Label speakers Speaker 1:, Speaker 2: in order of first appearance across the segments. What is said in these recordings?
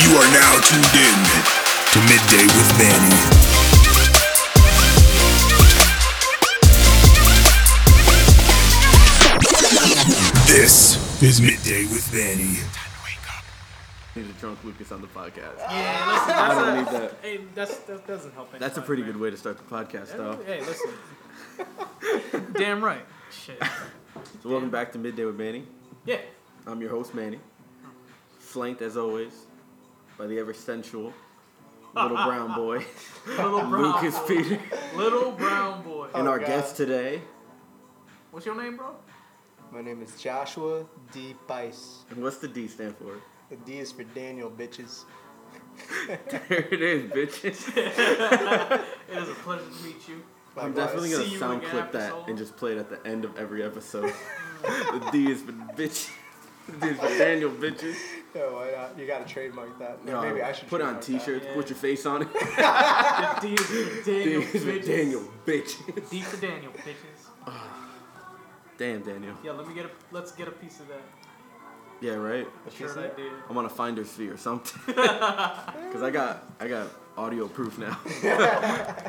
Speaker 1: You are now tuned in to Midday with Manny. This is Midday with Manny.
Speaker 2: Need a drunk Lucas on the podcast.
Speaker 3: Yeah, listen, that's
Speaker 2: I don't
Speaker 3: a,
Speaker 2: need that.
Speaker 3: Hey, that's, that doesn't help.
Speaker 2: That's a
Speaker 3: anybody,
Speaker 2: pretty
Speaker 3: man.
Speaker 2: good way to start the podcast, though.
Speaker 3: Hey, listen. Damn right. Shit.
Speaker 2: So, welcome back to Midday with Manny.
Speaker 3: Yeah.
Speaker 2: I'm your host, Manny. Flanked, as always, by the ever sensual little brown boy,
Speaker 3: Little brown.
Speaker 2: Lucas Peter.
Speaker 3: Little brown boy.
Speaker 2: And our
Speaker 4: God.
Speaker 2: guest today,
Speaker 3: What's your name, bro?
Speaker 4: My name is Joshua D. Bice.
Speaker 2: and what's the D stand for?
Speaker 4: The D is for Daniel, bitches.
Speaker 2: There it is, bitches.
Speaker 3: It is a pleasure to meet you.
Speaker 2: I'm
Speaker 4: Likewise.
Speaker 2: definitely gonna
Speaker 3: See you
Speaker 2: sound
Speaker 3: again
Speaker 2: clip
Speaker 3: after
Speaker 2: that
Speaker 3: so long.
Speaker 2: and just play it at the end of every episode. the D is for bitch. The D is for Daniel, bitches.
Speaker 4: Yeah, why not? You gotta trademark that.
Speaker 2: No,
Speaker 4: Maybe I should
Speaker 2: put on
Speaker 4: trademark that.
Speaker 2: T-shirts,
Speaker 3: Yeah.
Speaker 2: put your face on it.
Speaker 3: The D is for
Speaker 2: D
Speaker 3: Daniel.
Speaker 2: is for
Speaker 3: bitches.
Speaker 2: Daniel, bitch.
Speaker 3: D for Daniel, bitches.
Speaker 2: Damn, Daniel.
Speaker 3: Yeah, let me get a. Let's get a piece of that.
Speaker 2: Yeah, right.
Speaker 4: Let's
Speaker 3: Sure
Speaker 4: use it.
Speaker 3: idea.
Speaker 2: I'm on a finder's fee or something. Cause I got I got audio proof now.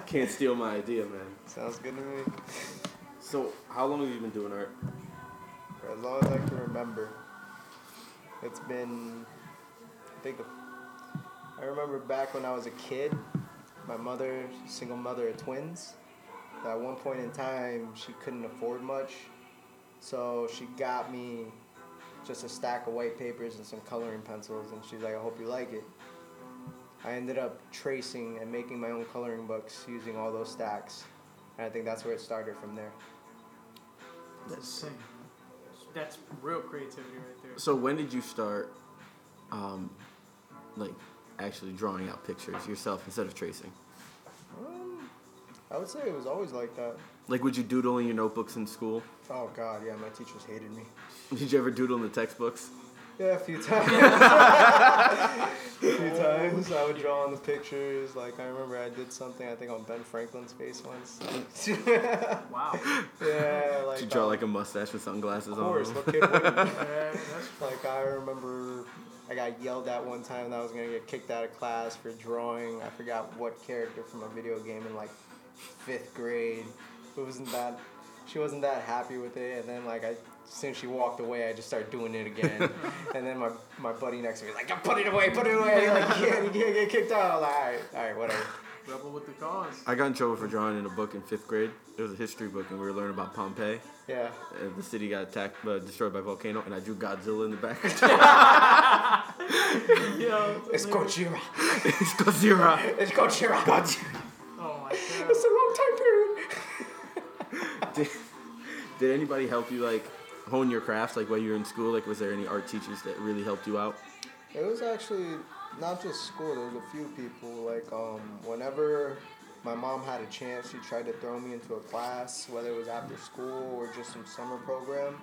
Speaker 2: Can't steal my idea, man.
Speaker 4: Sounds good to me.
Speaker 2: So how long have you been doing art?
Speaker 4: For as long as I can remember, it's been. I think. The, I remember back when I was a kid, my mother, single mother of twins. that At one point in time, she couldn't afford much, so she got me just a stack of white papers and some coloring pencils, and she's like, "I hope you like it." I ended up tracing and making my own coloring books using all those stacks, and I think that's where it started from there.
Speaker 3: That's insane. That's real creativity right there.
Speaker 2: So when did you start, um, like actually drawing out pictures yourself instead of tracing?
Speaker 4: Um, I would say it was always like that.
Speaker 2: Like would you doodle in your notebooks in school?
Speaker 4: Oh God, yeah, my teachers hated me.
Speaker 2: Did you ever doodle in the textbooks?
Speaker 4: Yeah, a few times. a few times I would draw on the pictures. Like I remember I did something I think on Ben Franklin's face once.
Speaker 3: Wow.
Speaker 4: yeah, like
Speaker 2: Did you draw
Speaker 4: um,
Speaker 2: like a mustache with sunglasses
Speaker 4: of course,
Speaker 2: on?
Speaker 4: what kid wouldn't?
Speaker 3: Yeah, that's
Speaker 4: Like I remember I got yelled at one time that I was gonna get kicked out of class for drawing. I forgot what character from a video game in like fifth grade. It wasn't that she wasn't that happy with it and then like I since she walked away I just started doing it again. and then my my buddy next to me was like, put it away, put it away, like you can't, you can't get kicked out. I was like, alright, alright, whatever.
Speaker 3: rebel with the cause.
Speaker 2: I got in trouble for drawing in a book in fifth grade. It was a history book, and we were learning about Pompeii.
Speaker 4: Yeah.
Speaker 2: And the city got attacked, uh, destroyed by a volcano, and I drew Godzilla in the back.
Speaker 3: Yo.
Speaker 4: It's Gojira.
Speaker 2: it's Godzilla.
Speaker 4: It's Gojira.
Speaker 3: Oh my god.
Speaker 4: It's the wrong time period.
Speaker 2: Did, did anybody help you like hone your craft, like while you were in school? Like, was there any art teachers that really helped you out?
Speaker 4: It was actually not just school. There was a few people. Like um, whenever my mom had a chance, she tried to throw me into a class, whether it was after school or just some summer program.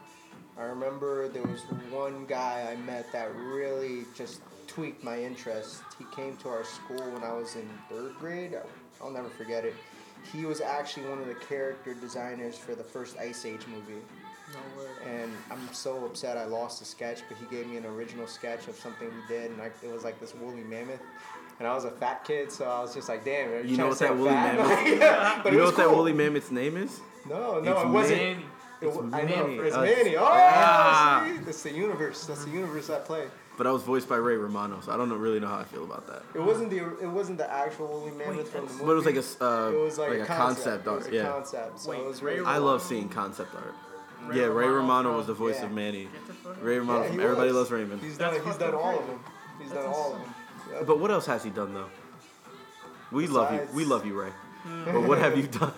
Speaker 4: I remember there was one guy I met that really just tweaked my interest. He came to our school when I was in third grade. I- I'll never forget it. He was actually one of the character designers for the first Ice Age movie
Speaker 3: No way.
Speaker 4: and I'm so upset I lost the sketch, but he gave me an original sketch of something he did, and I, it was like this woolly mammoth. And I was a fat kid, so I was just like, "Damn, are you,
Speaker 2: You
Speaker 4: trying
Speaker 2: know
Speaker 4: to
Speaker 2: what
Speaker 4: say
Speaker 2: that
Speaker 4: I'm
Speaker 2: woolly
Speaker 4: fat?
Speaker 2: mammoth-
Speaker 4: Yeah, but
Speaker 2: you
Speaker 4: it
Speaker 2: know
Speaker 4: was
Speaker 2: what that
Speaker 4: cool.
Speaker 2: woolly mammoth's name is?
Speaker 4: No, no,
Speaker 2: It's
Speaker 4: it wasn't.
Speaker 3: Manny.
Speaker 4: It wa- I know
Speaker 2: Manny.
Speaker 4: it's
Speaker 2: Uh,
Speaker 4: Manny. Oh,
Speaker 2: Ah.
Speaker 4: see? that's the universe. That's the universe at play.
Speaker 2: But I was voiced by Ray Romano, so I don't know, really know how I feel about that.
Speaker 4: It wasn't the it wasn't the actual woolly mammoth from
Speaker 3: that's-
Speaker 4: the movie.
Speaker 2: But it was like a s- uh,
Speaker 4: It was like, a concept,
Speaker 2: art.
Speaker 4: It was a
Speaker 2: yeah,
Speaker 4: concept. So
Speaker 3: Wait,
Speaker 4: it was
Speaker 3: Ray
Speaker 4: really
Speaker 2: I love seeing concept art.
Speaker 3: Ray
Speaker 2: yeah, Ray
Speaker 3: Romano
Speaker 2: Romano
Speaker 3: from-
Speaker 2: was the voice
Speaker 4: yeah.
Speaker 2: of Manny.
Speaker 3: Get the fuck out.
Speaker 2: Ray Romano
Speaker 4: Yeah,
Speaker 2: from
Speaker 4: he
Speaker 2: Everybody
Speaker 4: was.
Speaker 2: Loves Raymond.
Speaker 4: He's done.
Speaker 3: That's
Speaker 4: He's done
Speaker 3: fucking
Speaker 4: all
Speaker 3: great.
Speaker 4: of them. He's
Speaker 3: That's
Speaker 4: done all of
Speaker 3: insane.
Speaker 4: them. Yep.
Speaker 2: But what else has he done though? We love you. We
Speaker 4: Besides- Hmm.
Speaker 2: love you, Ray. But what have you done?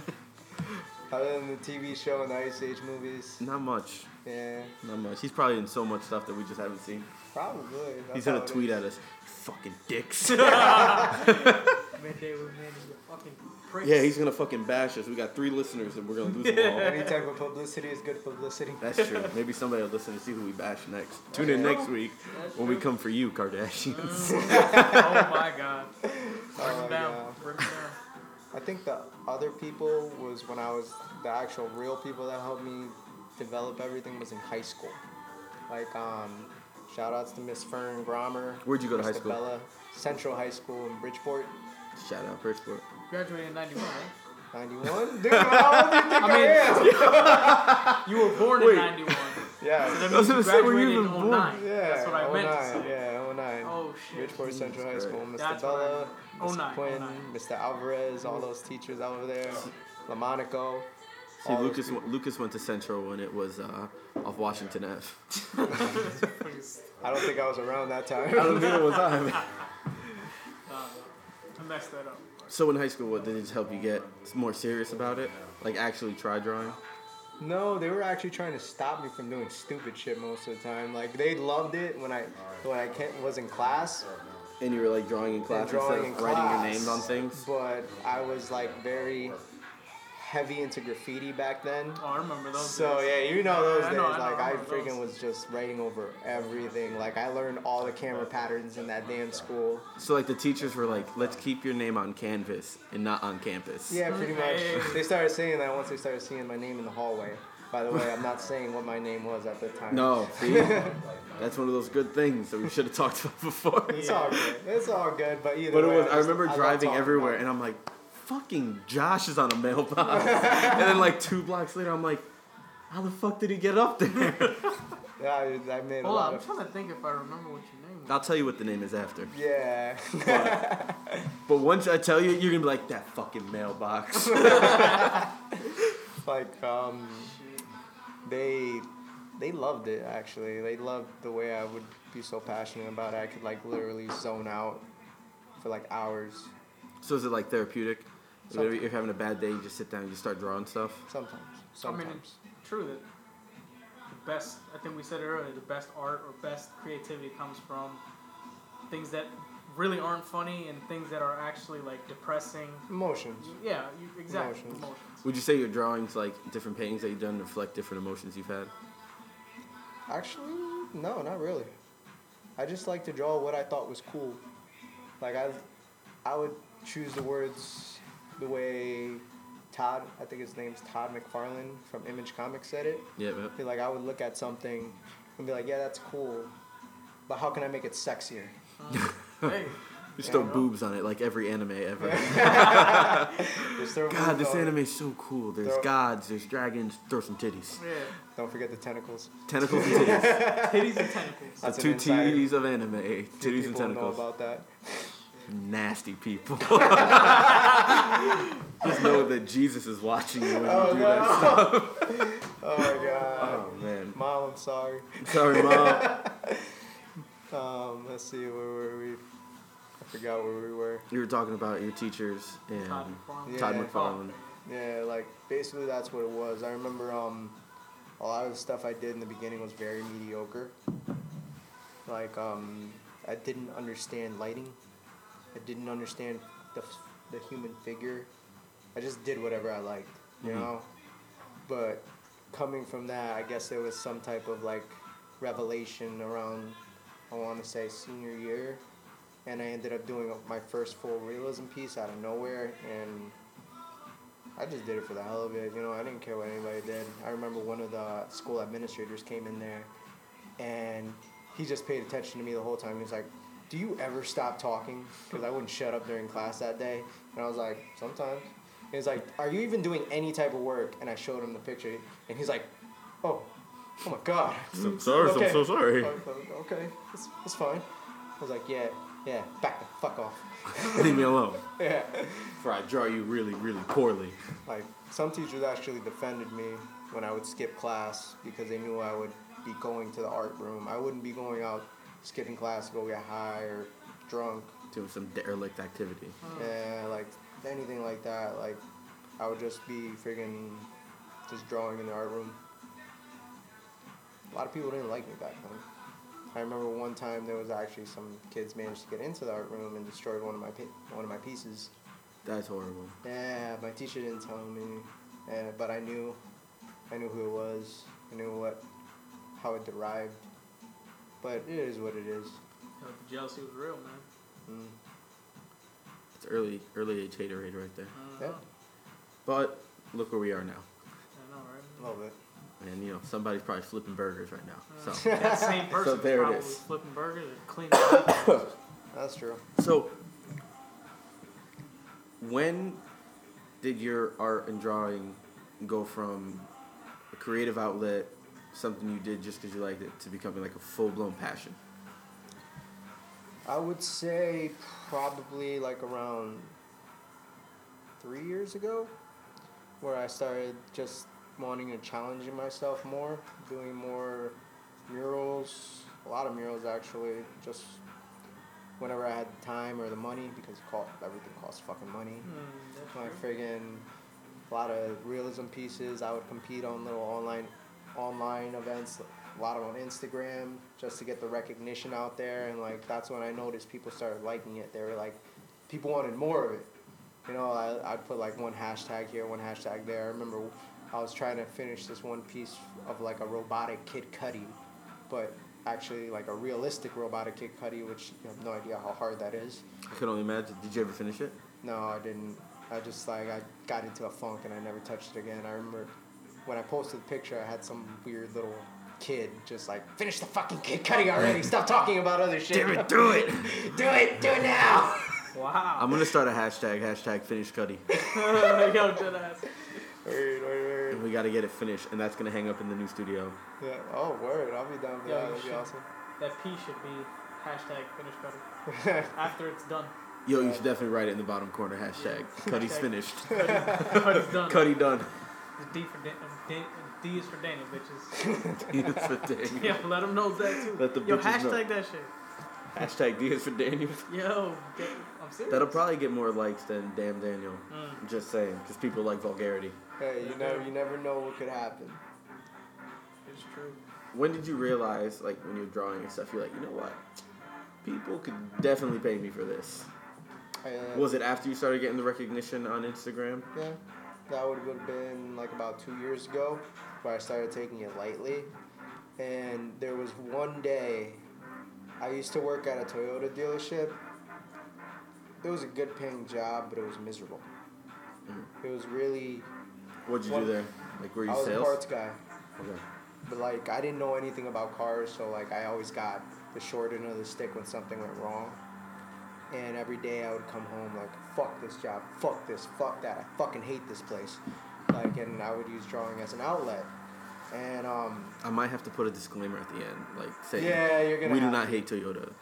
Speaker 4: Other than the TV show and the Ice Age movies.
Speaker 2: Not much.
Speaker 4: Yeah,
Speaker 2: Not much. He's probably in so much stuff that we just haven't seen.
Speaker 4: probably. That's
Speaker 2: He's
Speaker 4: how
Speaker 2: gonna
Speaker 4: it
Speaker 2: tweet
Speaker 4: is.
Speaker 2: at us. Fucking dicks.
Speaker 3: Midday with Manny, you fucking prick.
Speaker 2: yeah, he's gonna fucking bash us. We got three listeners and we're gonna lose them all.
Speaker 4: Any type of publicity is good publicity.
Speaker 2: That's true. Maybe somebody will listen to see who we bash next. Tune in next week when we come for you, Kardashians.
Speaker 3: oh my god. Bring
Speaker 4: Oh,
Speaker 3: him
Speaker 4: yeah.
Speaker 3: down. Bring him down.
Speaker 4: I think the other people was when I was the actual real people that helped me develop everything was in high school. Like um, Shout outs to Miss Fern Grommer.
Speaker 2: Where'd you go to high
Speaker 4: Mr.
Speaker 2: school?
Speaker 4: Bella, Central High School in Bridgeport,
Speaker 2: Shout out Bridgeport.
Speaker 3: Graduated in 91, right?
Speaker 4: 91. Dude, how old do you think I,
Speaker 3: I
Speaker 4: am?
Speaker 3: You were born
Speaker 2: Wait.
Speaker 3: in 91.
Speaker 4: Yeah.
Speaker 2: I
Speaker 3: That
Speaker 2: was
Speaker 3: means you
Speaker 2: gonna say, were you
Speaker 3: graduated
Speaker 2: even
Speaker 3: in
Speaker 2: born?
Speaker 3: 09.
Speaker 4: Yeah,
Speaker 3: That's what I meant to
Speaker 4: 09,
Speaker 3: say.
Speaker 4: Yeah, 09.
Speaker 3: Oh, shit.
Speaker 4: Bridgeport Central High
Speaker 2: Christ.
Speaker 4: School, Mr.
Speaker 3: That's what I
Speaker 4: Bella,
Speaker 3: meant.
Speaker 4: Mr.
Speaker 3: 09,
Speaker 4: Quinn,
Speaker 3: 09.
Speaker 4: Mr. Alvarez, all those teachers over there, LaMonaco.
Speaker 2: See,
Speaker 4: all those
Speaker 2: Lucas went, Lucas went to Central when it was uh, off Washington Ave.
Speaker 3: Please.
Speaker 4: people. I don't think I was around that
Speaker 2: I
Speaker 4: time.
Speaker 2: don't think it was on.
Speaker 3: Uh, I messed that up.
Speaker 2: So in high school, what did it help you get more serious about it? Like actually try drawing?
Speaker 4: no, they were actually trying to stop me from doing stupid shit most of the time. Like they loved it when I when I can was in class,
Speaker 2: And you were like drawing in class instead
Speaker 4: drawing
Speaker 2: of
Speaker 4: in
Speaker 2: writing
Speaker 4: class.
Speaker 2: your names on things?
Speaker 4: but I was like very heavy into graffiti back then.
Speaker 3: Oh, I remember those.
Speaker 4: So
Speaker 3: days.
Speaker 4: yeah, you know those
Speaker 3: I
Speaker 4: days.
Speaker 3: know, I know, I
Speaker 4: like I,
Speaker 3: remember
Speaker 4: freaking
Speaker 3: those.
Speaker 4: was just writing over everything. Like I learned all the camera patterns in that damn school.
Speaker 2: So like the teachers were like, let's keep your name on canvas and not on campus.
Speaker 4: Yeah, pretty much.
Speaker 3: Okay.
Speaker 4: They started saying that once they started seeing my name in the hallway. By the way, I'm not saying what my name was at the time.
Speaker 2: No, see? That's one of those good things that we should have talked about before.
Speaker 4: It's all good. It's all good. But either
Speaker 2: But it
Speaker 4: way,
Speaker 2: was,
Speaker 4: I,
Speaker 2: I
Speaker 4: just-
Speaker 2: remember
Speaker 4: love
Speaker 2: driving
Speaker 4: talking
Speaker 2: everywhere
Speaker 4: about it.
Speaker 2: and I'm like, fucking Josh is on a mailbox. and then like two blocks later, I'm like, how the fuck did he get up there?
Speaker 4: yeah, I, I made a
Speaker 3: Hold
Speaker 4: lot
Speaker 3: on, I'm
Speaker 4: of.
Speaker 3: trying to think if I remember what your name was.
Speaker 2: I'll tell you what the name is after.
Speaker 4: Yeah.
Speaker 2: But once I tell you, you're gonna be like, that fucking mailbox.
Speaker 4: like um, they they loved it actually. They loved the way I would be so passionate about it. I could like literally zone out for like hours
Speaker 2: So is it like therapeutic? Whenever you're having a bad day, you just sit down and you start drawing stuff.
Speaker 4: sometimes.
Speaker 3: I mean,
Speaker 4: Sometimes.
Speaker 3: it's true that the best, I think we said it earlier, the best art or best creativity comes from things that really aren't funny and things that are actually like depressing.
Speaker 4: Emotions.
Speaker 3: Yeah, you, exactly.
Speaker 4: Emotions.
Speaker 3: Emotions.
Speaker 2: Would you say your drawings, like different paintings that you've done, reflect different emotions you've had?
Speaker 4: Actually, no, not really. I just like to draw what I thought was cool. Like I, I would choose the words the way Todd, I think his name's Todd McFarlane from Image Comics said it.
Speaker 2: Yeah, man.
Speaker 4: Be like I would look at something and be like, yeah, that's cool, but how can I make it sexier?
Speaker 3: Hey,
Speaker 2: Just throw boobs on it, like every anime ever.
Speaker 4: Just throw
Speaker 2: God,
Speaker 4: boobs
Speaker 2: this
Speaker 4: on it.
Speaker 2: anime is so cool. There's
Speaker 4: Throw-
Speaker 2: gods, there's dragons. Throw some titties,
Speaker 3: yeah,
Speaker 4: Don't forget the tentacles.
Speaker 2: tentacles and titties.
Speaker 3: titties and tentacles.
Speaker 2: the
Speaker 4: That's
Speaker 2: two
Speaker 4: an insider.
Speaker 2: T's of anime,
Speaker 4: Few
Speaker 2: titties and
Speaker 4: people know
Speaker 2: tentacles.
Speaker 4: about that.
Speaker 2: Nasty people. Just know that Jesus is watching you when you do that. stuff.
Speaker 4: Oh my god,
Speaker 2: Oh man,
Speaker 4: mom, I'm sorry.
Speaker 2: sorry, mom.
Speaker 4: Um, let's see, where were we? I forgot where we were.
Speaker 2: You were talking about your teachers and
Speaker 3: Todd
Speaker 2: Todd
Speaker 3: McFarlane.
Speaker 4: Yeah.
Speaker 2: McFarlane.
Speaker 4: Yeah, like basically that's what it was. I remember um, a lot of the stuff I did in the beginning was very mediocre. Like um, I didn't understand lighting. I didn't understand the f- the human figure. I just did whatever I liked, you
Speaker 2: Mhm.
Speaker 4: know. But coming from that, I guess there was some type of like revelation around. I want to say senior year, and I ended up doing my first full realism piece out of nowhere, and I just did it for the hell of it. You know, I didn't care what anybody did. I remember one of the school administrators came in there, and he just paid attention to me the whole time. He was like, "Do you ever stop talking?" Because I wouldn't shut up during class that day, and I was like, "Sometimes." He was like, "Are you even doing any type of work?" And I showed him the picture, and he's like, "Oh, oh my god."
Speaker 2: I'm sorry,
Speaker 4: Okay.
Speaker 2: I'm so sorry.
Speaker 4: I was like, Okay, it's, it's fine. I was like, yeah, yeah, back the fuck off.
Speaker 2: Leave me alone.
Speaker 4: Yeah.
Speaker 2: For I draw you really, really poorly.
Speaker 4: Like, some teachers actually defended me when I would skip class because they knew I would be going to the art room. I wouldn't be going out skipping class to go get high or drunk.
Speaker 2: Doing some derelict activity.
Speaker 4: Yeah, like anything like that. Like, I would just be friggin' just drawing in the art room. A lot of people didn't like me back then. I remember one time there was actually some kids managed to get into the art room and destroyed one of my pi- one of my pieces.
Speaker 2: That's horrible.
Speaker 4: Yeah, my teacher didn't tell me, uh, but I knew, I knew who it was. I knew what, how it derived. But it is what it is.
Speaker 3: Yeah, the jealousy was real, man.
Speaker 4: Mm.
Speaker 2: It's early, early age haterade right there.
Speaker 3: I don't
Speaker 4: Yeah,
Speaker 3: know.
Speaker 2: But look where we are now.
Speaker 3: I know, right?
Speaker 4: love it.
Speaker 2: and you know somebody's probably flipping burgers right now. So
Speaker 3: That same person was
Speaker 2: there it
Speaker 3: probably
Speaker 2: is.
Speaker 3: flipping burgers and cleaning.
Speaker 4: That's true.
Speaker 2: So, when did your art and drawing go from a creative outlet, something you did just because you liked it, to becoming like a full blown passion?
Speaker 4: I would say probably like around three years ago, where I started just wanting to challenge myself more, doing more murals, a lot of murals actually, just whenever I had the time or the money, because it cost, everything costs fucking money.
Speaker 3: Mm, that's
Speaker 4: Like
Speaker 3: true.
Speaker 4: friggin' a lot of realism pieces. I would compete on little online online events, a lot of on Instagram, just to get the recognition out there. And like that's when I noticed people started liking it. They were like, people wanted more of it. You know, I, I'd put like one hashtag here, one hashtag there. I remember I was trying to finish this one piece of like a robotic Kid Cudi, but actually like a realistic robotic Kid Cudi, which you have no idea how hard that is.
Speaker 2: I could only imagine. Did you ever finish it?
Speaker 4: No, I didn't. I just like I got into a funk and I never touched it again. I remember when I posted the picture, I had some weird little kid just like finish the fucking kid cutting already. Stop talking about other shit.
Speaker 2: Damn it, do it!
Speaker 4: do it, do it now.
Speaker 3: Wow.
Speaker 2: I'm gonna start a hashtag, hashtag finish Cuddy.
Speaker 3: Yo, dead ass.
Speaker 4: Word, word, word.
Speaker 2: We gotta get it finished, and that's gonna hang up in the new studio.
Speaker 4: Yeah. Oh, word. I'll be down for
Speaker 3: Yeah, you
Speaker 4: that. That'd be
Speaker 3: should.
Speaker 4: awesome.
Speaker 3: That P should be hashtag finish cutter. After it's done.
Speaker 2: Yo, you should definitely write it in the bottom corner, hashtag Cuddy's
Speaker 3: Hashtag-
Speaker 2: finished.
Speaker 3: Cutty's done.
Speaker 2: Cuddy done.
Speaker 3: The D for Dan- uh, Dan- D is for Daniel, bitches.
Speaker 2: D is for Daniel.
Speaker 3: Yeah, let them know that too.
Speaker 2: Let the
Speaker 3: Yo,
Speaker 2: bitches know.
Speaker 3: hashtag that shit.
Speaker 2: Hashtag D is for Daniel.
Speaker 3: Yo, get, I'm serious.
Speaker 2: That'll probably get more likes than Damn Daniel.
Speaker 3: Mm.
Speaker 2: Just saying, because people like vulgarity.
Speaker 4: Hey, you never, you never know what could happen.
Speaker 3: It's true.
Speaker 2: When did you realize, like, when you're drawing and stuff, you're like, you know what? People could definitely pay me for this.
Speaker 4: Uh,
Speaker 2: Was it after you started getting the recognition on Instagram?
Speaker 4: Yeah, that would have been like about two years ago, where I started taking it lightly. And there was one day, I used to work at a Toyota dealership. It was a good paying job, but it was miserable. It was really.
Speaker 2: What'd you
Speaker 4: What-
Speaker 2: do there? Like, Mm-hmm. were you
Speaker 4: I was
Speaker 2: sales?
Speaker 4: a parts guy,
Speaker 2: Okay.
Speaker 4: but like I didn't know anything about cars, so like I always got the short end of the stick when something went wrong. And every day I would come home like, fuck this job, fuck this, fuck that, I fucking hate this place. Like, and I would use drawing as an outlet. And um,
Speaker 2: I might have to put a disclaimer at the end, like saying,
Speaker 4: Yeah, you're gonna
Speaker 2: we do
Speaker 4: have Mm.
Speaker 2: not hate Toyota.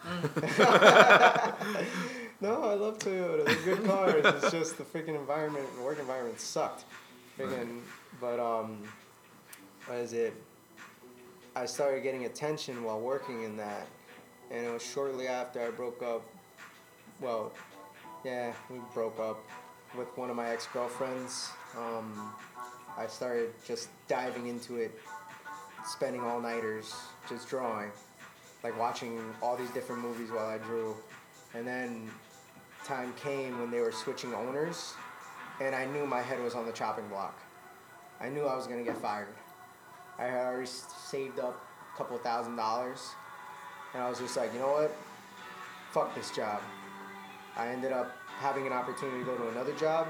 Speaker 4: no, I love Toyota. They're good cars. it's just the freaking environment, the work environment sucked. Freaking, but um, what is it? I started getting attention while working in that, and it was shortly after I broke up. Well, yeah, we broke up with one of my ex girlfriends. Um, I started just diving into it, spending all nighters just drawing, like watching all these different movies while I drew. And then time came when they were switching owners, and I knew my head was on the chopping block. I knew I was gonna get fired. I had already s- saved up a couple thousand dollars, and I was just like, you know what? Fuck this job. I ended up having an opportunity to go to another job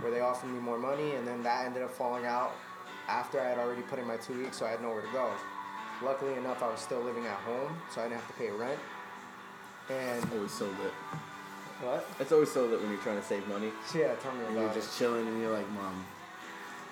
Speaker 4: where they offered me more money, and then that ended up falling out after I had already put in my two weeks, so I had nowhere to go. Luckily enough, I was still living at home, so I didn't have to pay rent. And
Speaker 2: Always so lit.
Speaker 4: what?
Speaker 2: It's always so lit when you're trying to save money.
Speaker 4: Yeah, tell me
Speaker 2: And you're
Speaker 4: about
Speaker 2: just chilling and you're like, Mom,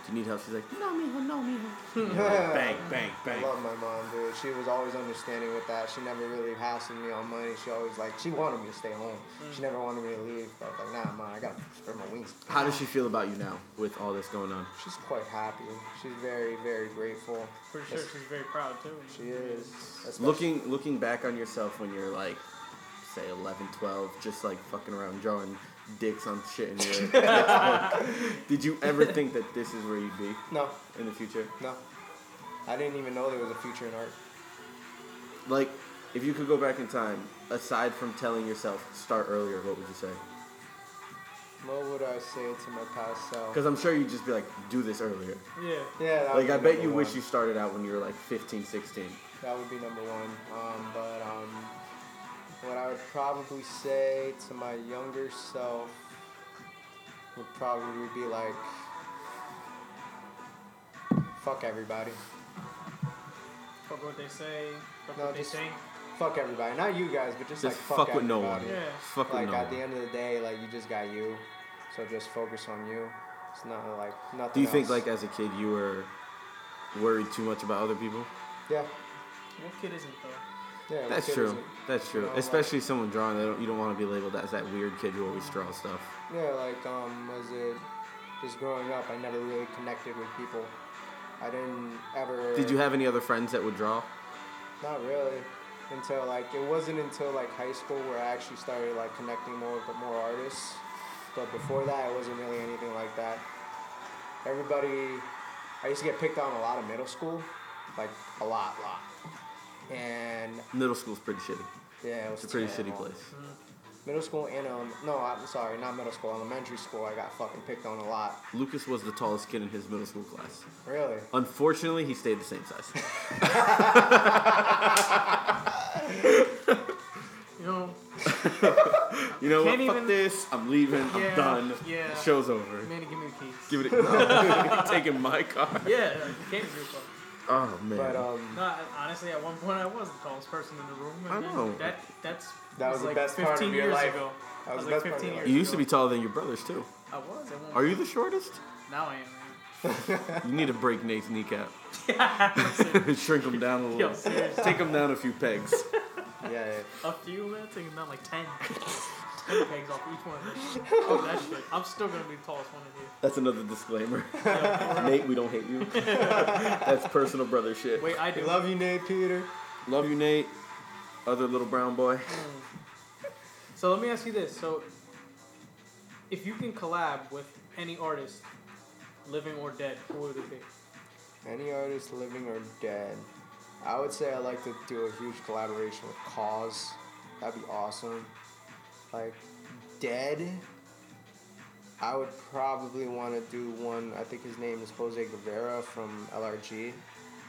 Speaker 2: do you need help? She's like, No, mijo, no, mijo.
Speaker 4: it.
Speaker 2: bang, bang,
Speaker 4: I
Speaker 2: bang.
Speaker 4: love my mom, dude. She was always understanding with that. She never really hassled me on money. She always like she wanted me to stay home.
Speaker 2: Mm.
Speaker 4: She never wanted me to leave. But I was like, nah, mom, I gotta spread my wings.
Speaker 2: How does she feel about you now with all this going on?
Speaker 4: She's quite happy. She's very, very grateful.
Speaker 3: Pretty sure she's very proud too.
Speaker 4: She is. Especially-
Speaker 2: Looking looking back on yourself when you're like, say 11, 12, just like fucking around drawing dicks on shit in your textbook, Did you ever think that this is where you'd be
Speaker 4: No,
Speaker 2: in the future?
Speaker 4: no. I didn't even know there was a future in art.
Speaker 2: Like, if you could go back in time, aside from telling yourself start earlier, what would you say?
Speaker 4: What would I say to my past self?
Speaker 2: Because I'm sure you'd just be like, do this earlier.
Speaker 3: Yeah.
Speaker 4: Yeah, that would
Speaker 2: Like, I
Speaker 4: be
Speaker 2: bet
Speaker 4: number
Speaker 2: you wish
Speaker 4: one.
Speaker 2: you started out when you were like 15, 16.
Speaker 4: That would be number one. Um, but um, what I would probably say to my younger self would probably be like, Fuck everybody.
Speaker 3: Fuck what they say. Fuck
Speaker 4: No,
Speaker 3: what
Speaker 4: just-
Speaker 3: they think.
Speaker 4: Fuck everybody. Not you guys, but just,
Speaker 2: Just
Speaker 4: like fuck,
Speaker 2: fuck with no one.
Speaker 4: everybody.
Speaker 3: Yeah.
Speaker 2: Fuck with
Speaker 4: Like
Speaker 2: no
Speaker 4: at
Speaker 2: one.
Speaker 4: the end of the day, like you just got you, so just focus on you. It's not like nothing.
Speaker 2: Do you think
Speaker 4: else.
Speaker 2: like as a kid you were worried too much about other people?
Speaker 4: Yeah,
Speaker 3: What kid isn't though?
Speaker 4: yeah.
Speaker 2: That's
Speaker 4: what kid
Speaker 2: true.
Speaker 4: isn't?
Speaker 2: That's true.
Speaker 4: You know, like-
Speaker 2: Especially someone drawing, they don't, you don't want to be labeled as that weird kid who always draws stuff.
Speaker 4: Yeah, like um, was it just growing up? I never really connected with people. I didn't ever.
Speaker 2: Did you have any other friends that would draw?
Speaker 4: Not really. Until like it wasn't until like high school where I actually started like connecting more with more artists. But before that, it wasn't really anything like that. Everybody, I used to get picked on a lot in middle school, like a lot, lot. And
Speaker 2: Middle school's pretty shitty.
Speaker 4: yeah, it was
Speaker 2: It's a pretty shitty
Speaker 4: terrible.
Speaker 2: place.
Speaker 4: Middle school and um, no, I'm sorry, not middle school, elementary school. I got fucking picked on a lot.
Speaker 2: Lucas was the tallest kid in his middle school class.
Speaker 4: Really.
Speaker 2: Unfortunately, he stayed the same size.
Speaker 3: You know,
Speaker 2: You know what?
Speaker 3: Can't
Speaker 2: Fuck
Speaker 3: even-
Speaker 2: this. I'm leaving. I'm
Speaker 3: Yeah,
Speaker 2: done.
Speaker 3: yeah.
Speaker 2: Show's over.
Speaker 3: man, give me the keys.
Speaker 2: Give it. A, no. You're taking my car.
Speaker 3: yeah, like, you can't do fuck.
Speaker 2: Oh man.
Speaker 4: But um,
Speaker 3: No, I- honestly, at one point I was the tallest person in the room. And
Speaker 2: I
Speaker 3: then
Speaker 2: know.
Speaker 3: That that's
Speaker 4: That was the
Speaker 3: like
Speaker 4: best part of
Speaker 3: 15
Speaker 4: your
Speaker 3: years
Speaker 4: life.
Speaker 3: ago.
Speaker 4: That was
Speaker 3: I
Speaker 4: the
Speaker 3: was
Speaker 4: best
Speaker 3: like
Speaker 4: part of
Speaker 3: 15
Speaker 4: your
Speaker 3: years
Speaker 4: life.
Speaker 2: you used to
Speaker 3: ago.
Speaker 2: be taller than your brothers too.
Speaker 3: I was. At one
Speaker 2: Are you the shortest?
Speaker 3: Now I am.
Speaker 2: You need to break Nate's kneecap.
Speaker 3: man.
Speaker 2: Shrink him down a little.
Speaker 3: Yo, seriously.
Speaker 2: Take him down a few pegs.
Speaker 4: yeah, yeah.
Speaker 3: A few minutes and not like 10. 10 pegs off each one of them. Oh, that shit. I'm still going to be the tallest one in here.
Speaker 2: That's another disclaimer. Nate, we don't hate you. That's personal brother shit.
Speaker 3: Wait, I do.
Speaker 4: We love you, Nate Peter.
Speaker 2: Love you, Nate. Other little brown boy.
Speaker 3: So let me ask you this. So if you can collab with any artist, living or dead, who would it be?
Speaker 4: Any artist living or dead. I would say I'd like to do a huge collaboration with Cause. That'd be awesome. Like, dead. I would probably want to do one. I think his name is Jose Guevara from LRG.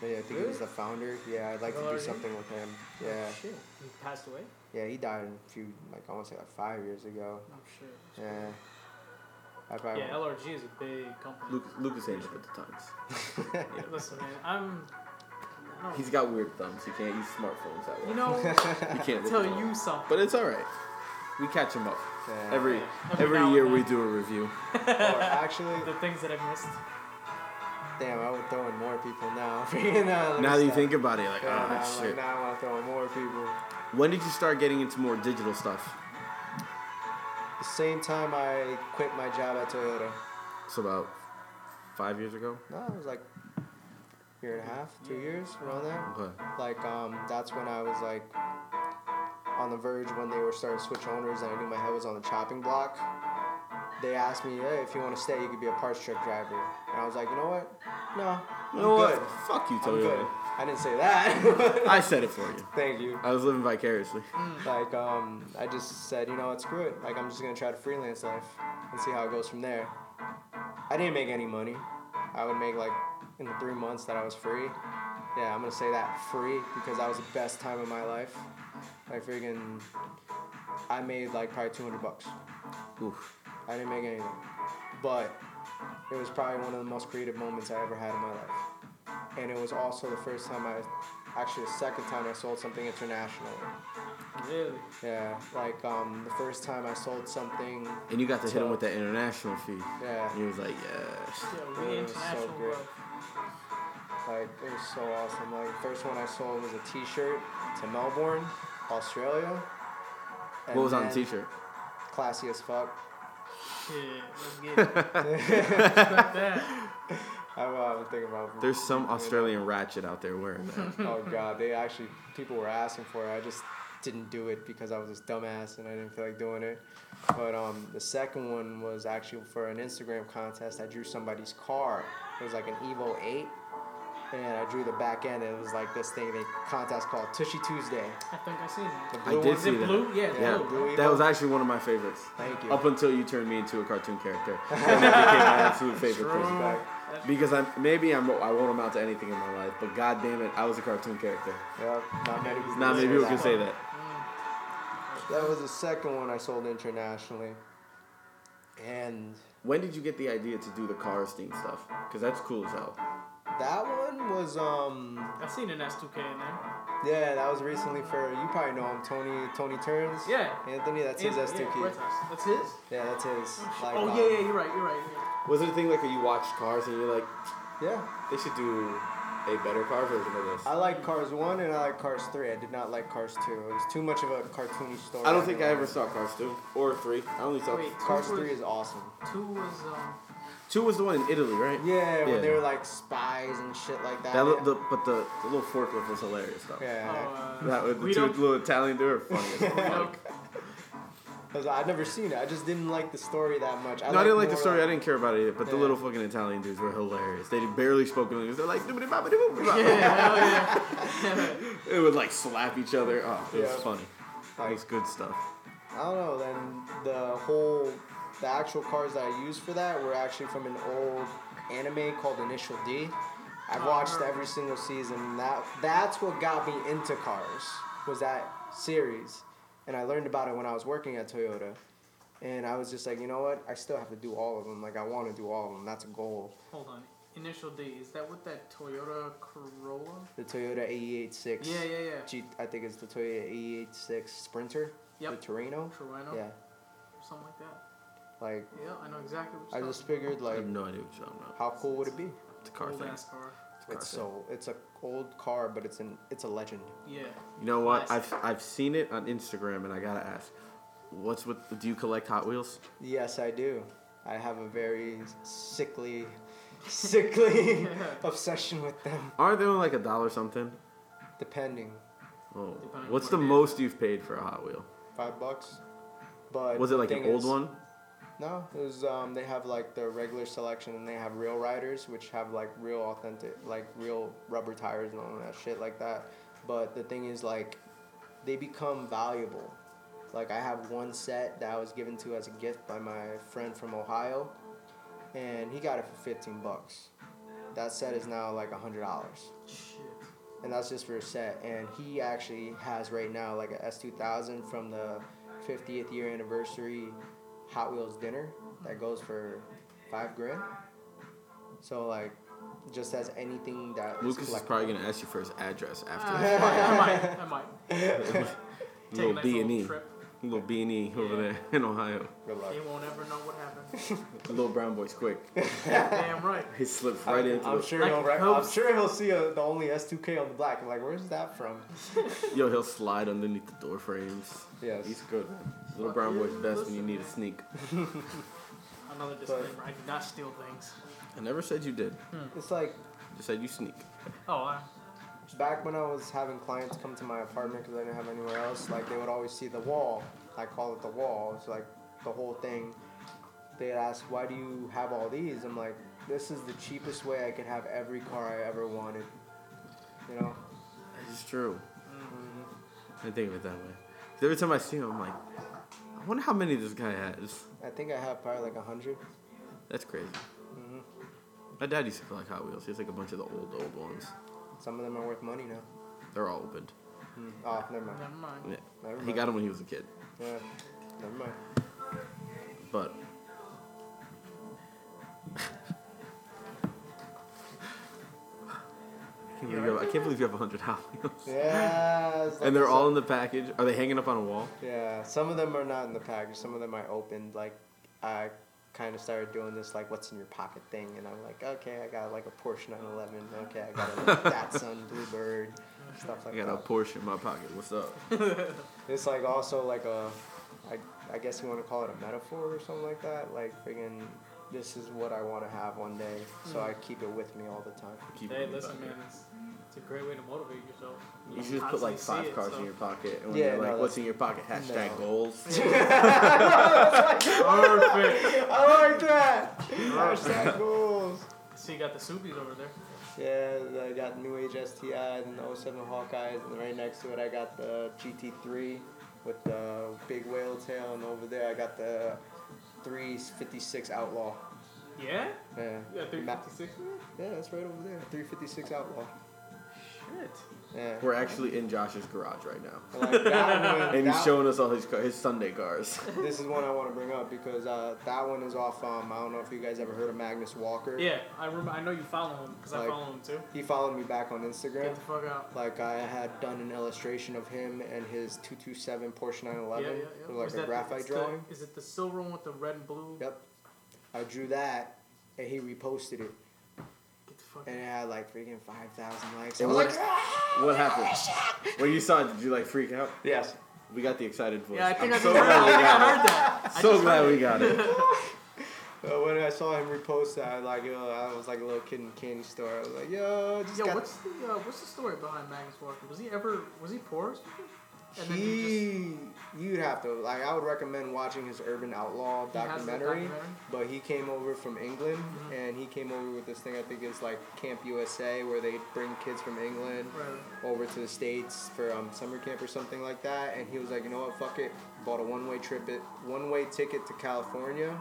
Speaker 4: Yeah, I think he was the founder. Yeah, I'd like to do
Speaker 3: LRG?
Speaker 4: something with him. Yeah,
Speaker 3: Oh, Shit. He passed away?
Speaker 4: yeah, he died a few, like I want to say, like five years ago.
Speaker 3: I'm sure.
Speaker 4: Yeah, I probably.
Speaker 3: Yeah, LRG is a big company.
Speaker 2: Lucas, Lucas ain't up at the times.
Speaker 3: Listen, man, I'm. I don't-
Speaker 2: He's got weird thumbs. He can't use smartphones that way.
Speaker 3: you know,
Speaker 2: he can't look
Speaker 3: tell
Speaker 2: at all.
Speaker 3: you something.
Speaker 2: But it's all right. We catch him up
Speaker 4: Yeah.
Speaker 2: every
Speaker 3: Every
Speaker 2: every
Speaker 3: now
Speaker 2: year.
Speaker 3: and
Speaker 2: We
Speaker 3: then.
Speaker 2: do a review.
Speaker 4: Or actually,
Speaker 3: the things that I missed.
Speaker 4: Damn, I would throw in more people now. now
Speaker 2: Now that you think about it, like,
Speaker 4: yeah,
Speaker 2: oh
Speaker 4: now,
Speaker 2: shit.
Speaker 4: Like, now I want to throw in more people.
Speaker 2: When did you start getting into more digital stuff?
Speaker 4: The same time I quit my job at Toyota.
Speaker 2: It's about five years ago.
Speaker 4: No, it was like year and a half, two years around there.
Speaker 2: Okay.
Speaker 4: Like, um, that's when I was like on the verge when they were starting to switch owners, and I knew my head was on the chopping block. They asked me, hey, if you want to stay, you could be a parts truck driver. And I was like, you know what? No, I'm
Speaker 2: You know
Speaker 4: good.
Speaker 2: what? Fuck you,
Speaker 4: I'm good.
Speaker 2: Toyota.
Speaker 4: I didn't say that.
Speaker 2: I said it for you.
Speaker 4: Thank you.
Speaker 2: I was living vicariously.
Speaker 4: Like, um, I just said, you know what, screw it. Like, I'm just gonna try to freelance life and see how it goes from there. I didn't make any money. I would make like in the three months that I was free. Yeah, I'm gonna say that free because that was the best time of my life. Like, freaking, I made like probably 200 bucks.
Speaker 2: Oof.
Speaker 4: I didn't make anything, but it was probably one of the most creative moments I ever had in my life. And it was also the first time I, actually the second time I sold something internationally.
Speaker 3: Really?
Speaker 4: Yeah, like um, the first time I sold something,
Speaker 2: And you got to hit him
Speaker 4: So-
Speaker 2: with that international fee.
Speaker 4: yeah,
Speaker 2: And he was like, yeah.
Speaker 3: Yeah,
Speaker 4: Yeah,
Speaker 3: we
Speaker 4: it was so
Speaker 3: international,
Speaker 4: good.
Speaker 3: bro.
Speaker 4: like it was so awesome. Like the first one I sold was a T-shirt to Melbourne, Australia. And
Speaker 2: What was on the
Speaker 4: then
Speaker 2: T-shirt?
Speaker 4: Classy as fuck.
Speaker 3: Shit, let's get it. Respect that.
Speaker 4: I don't know. I've been thinking about.
Speaker 2: There's some Australian ratchet out there wearing that.
Speaker 4: oh god, they actually people were asking for it. I just didn't do it because I was this dumbass and I didn't feel like doing it. But um, the second one was actually for an Instagram contest. I drew somebody's car. It was like an Evo Eight, and I drew the back end. And it was like this thing they contest called Tushy Tuesday.
Speaker 3: I think I seen it.
Speaker 4: The
Speaker 2: I did
Speaker 4: one.
Speaker 2: see
Speaker 3: Is it
Speaker 2: that.
Speaker 3: blue? Yeah,
Speaker 4: Yeah,
Speaker 3: blue.
Speaker 4: blue
Speaker 2: That
Speaker 4: Evo.
Speaker 2: was actually one of my favorites.
Speaker 4: Thank you.
Speaker 2: Up until you turned me into a cartoon character, that became my absolute favorite.
Speaker 3: True.
Speaker 2: person.
Speaker 3: That's-
Speaker 2: Because I'm maybe I'm I won't amount to anything in my life, but god damn it, I was a cartoon character.
Speaker 4: Yeah, not many people.
Speaker 2: Not
Speaker 4: can
Speaker 2: many
Speaker 4: say
Speaker 2: people
Speaker 4: that.
Speaker 2: can say that.
Speaker 4: That was the second one I sold internationally, and
Speaker 2: When did you get the idea to do the car steam stuff? Because that's cool as hell.
Speaker 4: That one was um
Speaker 3: I've seen an S2K in there.
Speaker 4: yeah, that was recently for you probably know him, Tony Tony Turns.
Speaker 3: Yeah.
Speaker 4: Anthony, that's his
Speaker 3: Yeah,
Speaker 4: S two
Speaker 3: yeah,
Speaker 4: key.
Speaker 3: Red Sox. That's his?
Speaker 4: Yeah, that's his. Like,
Speaker 3: oh, yeah,
Speaker 4: um,
Speaker 3: yeah, you're right, you're right. you're right.
Speaker 5: Was it a thing like where you watch cars and you're like,
Speaker 4: Yeah.
Speaker 5: they should do a better car version of this?
Speaker 4: I like Cars One and I like Cars Three. I did not like Cars Two. It was too much of a cartoony story.
Speaker 5: I don't think I
Speaker 4: didn't
Speaker 5: ever
Speaker 4: like
Speaker 5: saw Cars 2 or 3. I only saw
Speaker 3: Wait.
Speaker 4: it. Cars
Speaker 3: Two was-
Speaker 4: Three is awesome.
Speaker 3: Two was, um,
Speaker 5: 2 was the one in Italy, right?
Speaker 4: Yeah,
Speaker 2: Yeah.
Speaker 4: when they were like spies and shit like that.
Speaker 2: That li-
Speaker 4: yeah.
Speaker 2: the, but the, the little forklift was hilarious though.
Speaker 3: oh,
Speaker 4: yeah.
Speaker 3: uh,
Speaker 2: That was the
Speaker 3: Guido.
Speaker 2: two little Italian dude were funny. as fuck.
Speaker 3: Guido.
Speaker 4: 'Cause I'd never seen it. I just didn't like the story that much. I
Speaker 2: no, I didn't like the
Speaker 4: more,
Speaker 2: story. I didn't care about it either. But the
Speaker 4: Yeah.
Speaker 2: little fucking Italian dudes were hilarious. They barely spoke English. They're like, "Doobity-bobbity-boop-bop."
Speaker 3: Yeah, hell yeah.
Speaker 2: it would like slap each other. Oh, it was
Speaker 4: Yeah.
Speaker 2: funny. That
Speaker 4: Like,
Speaker 2: was good stuff.
Speaker 4: I don't know. Then the whole, the actual cars that I used for that were actually from an old anime called Initial D.
Speaker 3: Oh.
Speaker 4: I've watched every single season. That that's what got me into cars was that series, and I learned about it when I was working at Toyota, and I was just like, you know what? I still have to do all of them. Like I want to do all of them. That's a goal.
Speaker 3: Hold on. Initial D, is that what that Toyota Corolla?
Speaker 4: The Toyota AE86.
Speaker 3: Yeah, yeah, yeah.
Speaker 4: G, I think it's the Toyota AE86 Sprinter.
Speaker 3: Yep.
Speaker 4: The Torino.
Speaker 3: Toronto?
Speaker 4: Yeah.
Speaker 3: Something like that.
Speaker 4: Like
Speaker 3: Yeah, I know exactly what
Speaker 4: I
Speaker 3: you're
Speaker 4: just figured
Speaker 2: I
Speaker 4: like.
Speaker 2: have no idea what you're talking about.
Speaker 4: How cool would it be?
Speaker 2: The car
Speaker 3: old
Speaker 2: thing.
Speaker 3: ass car.
Speaker 2: car
Speaker 4: It's
Speaker 2: thing.
Speaker 4: so it's a old car, but it's an it's a legend.
Speaker 3: Yeah.
Speaker 2: You know what?
Speaker 3: Classic.
Speaker 2: I've I've seen it on Instagram, and I gotta ask, what's with? Do you collect Hot Wheels?
Speaker 4: Yes, I do. I have a very sickly, sickly obsession with them.
Speaker 2: Aren't they only like a dollar something?
Speaker 4: Depending,
Speaker 2: Oh,
Speaker 3: Depending
Speaker 2: what's
Speaker 3: on
Speaker 2: the
Speaker 3: what it is.
Speaker 2: most you've paid for a Hot Wheel?
Speaker 4: five bucks. But
Speaker 2: Was it
Speaker 4: the
Speaker 2: like an
Speaker 4: thing
Speaker 2: old
Speaker 4: is-
Speaker 2: one?
Speaker 4: No, it was. Um, they have like the regular selection, and they have real riders, which have like real authentic, like real rubber tires and all that shit like that. But the thing is, like, they become valuable. Like I have one set that I was given to as a gift by my friend from Ohio, and he got it for fifteen bucks. That set is now like a hundred dollars
Speaker 3: Shit.
Speaker 4: and that's just for a set. And he actually has right now like a S2000 from the 50th year anniversary Hot Wheels dinner that goes for five grand. So like, just as anything that is
Speaker 2: Lucas is
Speaker 4: collectible.
Speaker 2: probably gonna ask you for his
Speaker 3: Uh,
Speaker 2: address after
Speaker 3: I might, I might. I might.
Speaker 2: this.
Speaker 3: Take a
Speaker 2: Little
Speaker 3: nice
Speaker 2: B and E,
Speaker 3: little trip.
Speaker 2: little B and E over there in Ohio.
Speaker 4: Good luck.
Speaker 3: They won't ever know what happened.
Speaker 2: Little brown boy's quick.
Speaker 3: Damn right.
Speaker 2: He slipped right into
Speaker 4: I'm
Speaker 2: it.
Speaker 4: sure
Speaker 3: Like
Speaker 4: he'll. Rec- I'm
Speaker 3: Cubs.
Speaker 4: sure he'll see a, the only S2K on the black. I'm like, where's that from?
Speaker 2: Yo, he'll slide underneath the door frames.
Speaker 4: Yes.
Speaker 2: He's good. Little brown boy's best when you need a sneak.
Speaker 3: Another disclaimer. I did not steal things.
Speaker 2: I never said you did.
Speaker 4: It's like
Speaker 2: Just said you sneak.
Speaker 3: Oh, I,
Speaker 4: back when I was having clients come to my apartment because I didn't have anywhere else, like they would always see the wall. I call it the wall. It's like the whole thing. They'd ask, "Why do you have all these?" I'm like, "This is the cheapest way I could have every car I ever wanted." You know?
Speaker 2: It's true. I think of it that way. 'Cause Every time I see him, I'm like, I wonder how many this guy has.
Speaker 4: I think I have probably like a hundred.
Speaker 2: That's crazy. My dad used to collect Hot Wheels. He has like a bunch of the old, old ones.
Speaker 4: Some of them are worth money now.
Speaker 2: They're all opened.
Speaker 4: Oh, never mind.
Speaker 3: never mind.
Speaker 2: Yeah.
Speaker 4: Never
Speaker 2: He
Speaker 4: mind.
Speaker 2: got them when he was a kid.
Speaker 4: Yeah. Never mind.
Speaker 2: But. I can't believe you have- I can't believe you have 100 Hot Wheels.
Speaker 4: Yeah. it's like
Speaker 2: And they're
Speaker 4: I
Speaker 2: all
Speaker 4: said-
Speaker 2: in the package. Are they hanging up on a wall?
Speaker 4: Yeah, some of them are not in the package. Some of them I opened. Like, I kind of started doing this like what's in your pocket thing, and I'm like, okay, I got like a Porsche 911. Okay, I got a that son Bluebird, stuff like
Speaker 2: I got a
Speaker 4: that.
Speaker 2: Porsche in my pocket. What's up?
Speaker 4: it's like also like a, I, I guess you want to call it a metaphor or something like that. Like friggin', this is what I want to have one day, so I keep it with me all the time.
Speaker 2: Keep it
Speaker 3: Hey,
Speaker 2: in your
Speaker 3: listen,
Speaker 2: pocket.
Speaker 3: man. It's, it's a great way to motivate yourself.
Speaker 2: You should just put
Speaker 3: constantly
Speaker 2: like
Speaker 3: see
Speaker 2: five
Speaker 3: it,
Speaker 2: cards
Speaker 3: so-
Speaker 2: in your pocket, and when
Speaker 4: Yeah,
Speaker 2: you're like,
Speaker 4: no,
Speaker 2: "What's
Speaker 4: that's-
Speaker 2: in your pocket?" Hashtag
Speaker 4: No.
Speaker 2: goals.
Speaker 3: Perfect.
Speaker 4: I like that. Hashtag goals.
Speaker 3: so you got the Subies over there.
Speaker 4: Yeah, I got New Age STIs and the 07 Hawkeyes, and right next to it I got the GT3 with the big whale tail, and over there I got the 356 Outlaw.
Speaker 3: Yeah?
Speaker 4: Yeah,
Speaker 3: You got
Speaker 4: Ma-
Speaker 3: 356
Speaker 4: yeah, that's right over there. 356 Outlaw. Yeah.
Speaker 2: We're actually in Josh's garage right now,
Speaker 4: Like, that one,
Speaker 2: and he's
Speaker 4: that-
Speaker 2: showing us all his ca- his Sunday cars.
Speaker 4: This is one I want to bring up because uh, that one is off. Um, I don't know if you guys ever heard of Magnus Walker.
Speaker 3: Yeah, I remember. I know you follow him because I
Speaker 4: Like-
Speaker 3: follow him too.
Speaker 4: He followed me back on Instagram.
Speaker 3: Get the fuck out.
Speaker 4: Like I had done an illustration of him and his 227 Porsche
Speaker 3: Yeah,
Speaker 4: 911
Speaker 3: yeah, yeah.
Speaker 4: with like
Speaker 3: Was
Speaker 4: a
Speaker 3: that-
Speaker 4: graphite
Speaker 3: it's the-
Speaker 4: drawing.
Speaker 3: is it the silver one with the red and blue?
Speaker 4: Yep. I drew that and he reposted it
Speaker 3: Get the fuck
Speaker 4: and it had like freaking 5,000 likes. I
Speaker 2: And what
Speaker 4: was like, "Ah!"
Speaker 2: what happened? When you saw it, did you like freak out?
Speaker 4: yes.
Speaker 2: We got the excited voice.
Speaker 3: Yeah, I think
Speaker 2: I'm
Speaker 3: I
Speaker 2: so
Speaker 3: just heard, I
Speaker 2: glad we
Speaker 3: think I
Speaker 2: got
Speaker 3: heard that.
Speaker 2: it. So glad we got it.
Speaker 4: Uh, when I saw him repost that, I like yo, I was like a little kid in a candy store. I was like, yo, just
Speaker 3: Yo,
Speaker 4: got
Speaker 3: what's the uh, what's the story behind Magnus Walker? Was he ever was he poor? And then he just
Speaker 4: he you'd have to like I would recommend watching his Urban
Speaker 3: He
Speaker 4: Outlaw
Speaker 3: has the
Speaker 4: documentary,
Speaker 3: documentary? Mm-hmm.
Speaker 4: but he came over from England and he came over with this thing I think is like Camp USA where they bring kids from England
Speaker 3: Right.
Speaker 4: over to the states for um, summer camp or something like that and he was like you know what fuck it bought a one way trip it one way ticket to California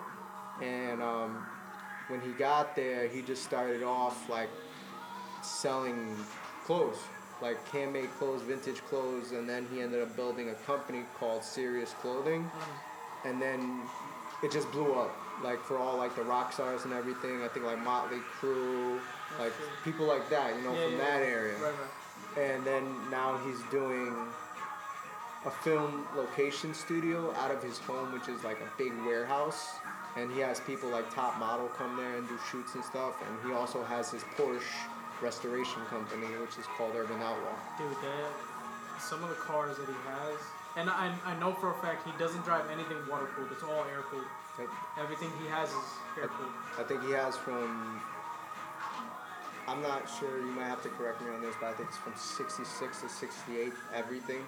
Speaker 4: and um, when he got there he just started off like selling clothes, like handmade clothes, vintage clothes, and then he ended up building a company called Serious Clothing,
Speaker 3: Mm.
Speaker 4: and then it just blew up. Like for all like the rock stars and everything, I think like Motley Crue, like people like that, you know,
Speaker 3: Yeah,
Speaker 4: from
Speaker 3: yeah,
Speaker 4: that
Speaker 3: yeah.
Speaker 4: area.
Speaker 3: Right, right.
Speaker 4: And then now he's doing a film location studio out of his home, which is like a big warehouse. And he has people like Top Model come there and do shoots and stuff. And he also has his Porsche restoration company, which is called Urban Outlaw.
Speaker 3: Dude, that some of the cars that he has, and I, I know for a fact he doesn't drive anything water cooled. It's all air cooled.
Speaker 4: I-
Speaker 3: Everything he has is air cooled.
Speaker 4: I think he has from. I'm not sure. You might have to correct me on this, but I think it's from 66 to 68. Everything,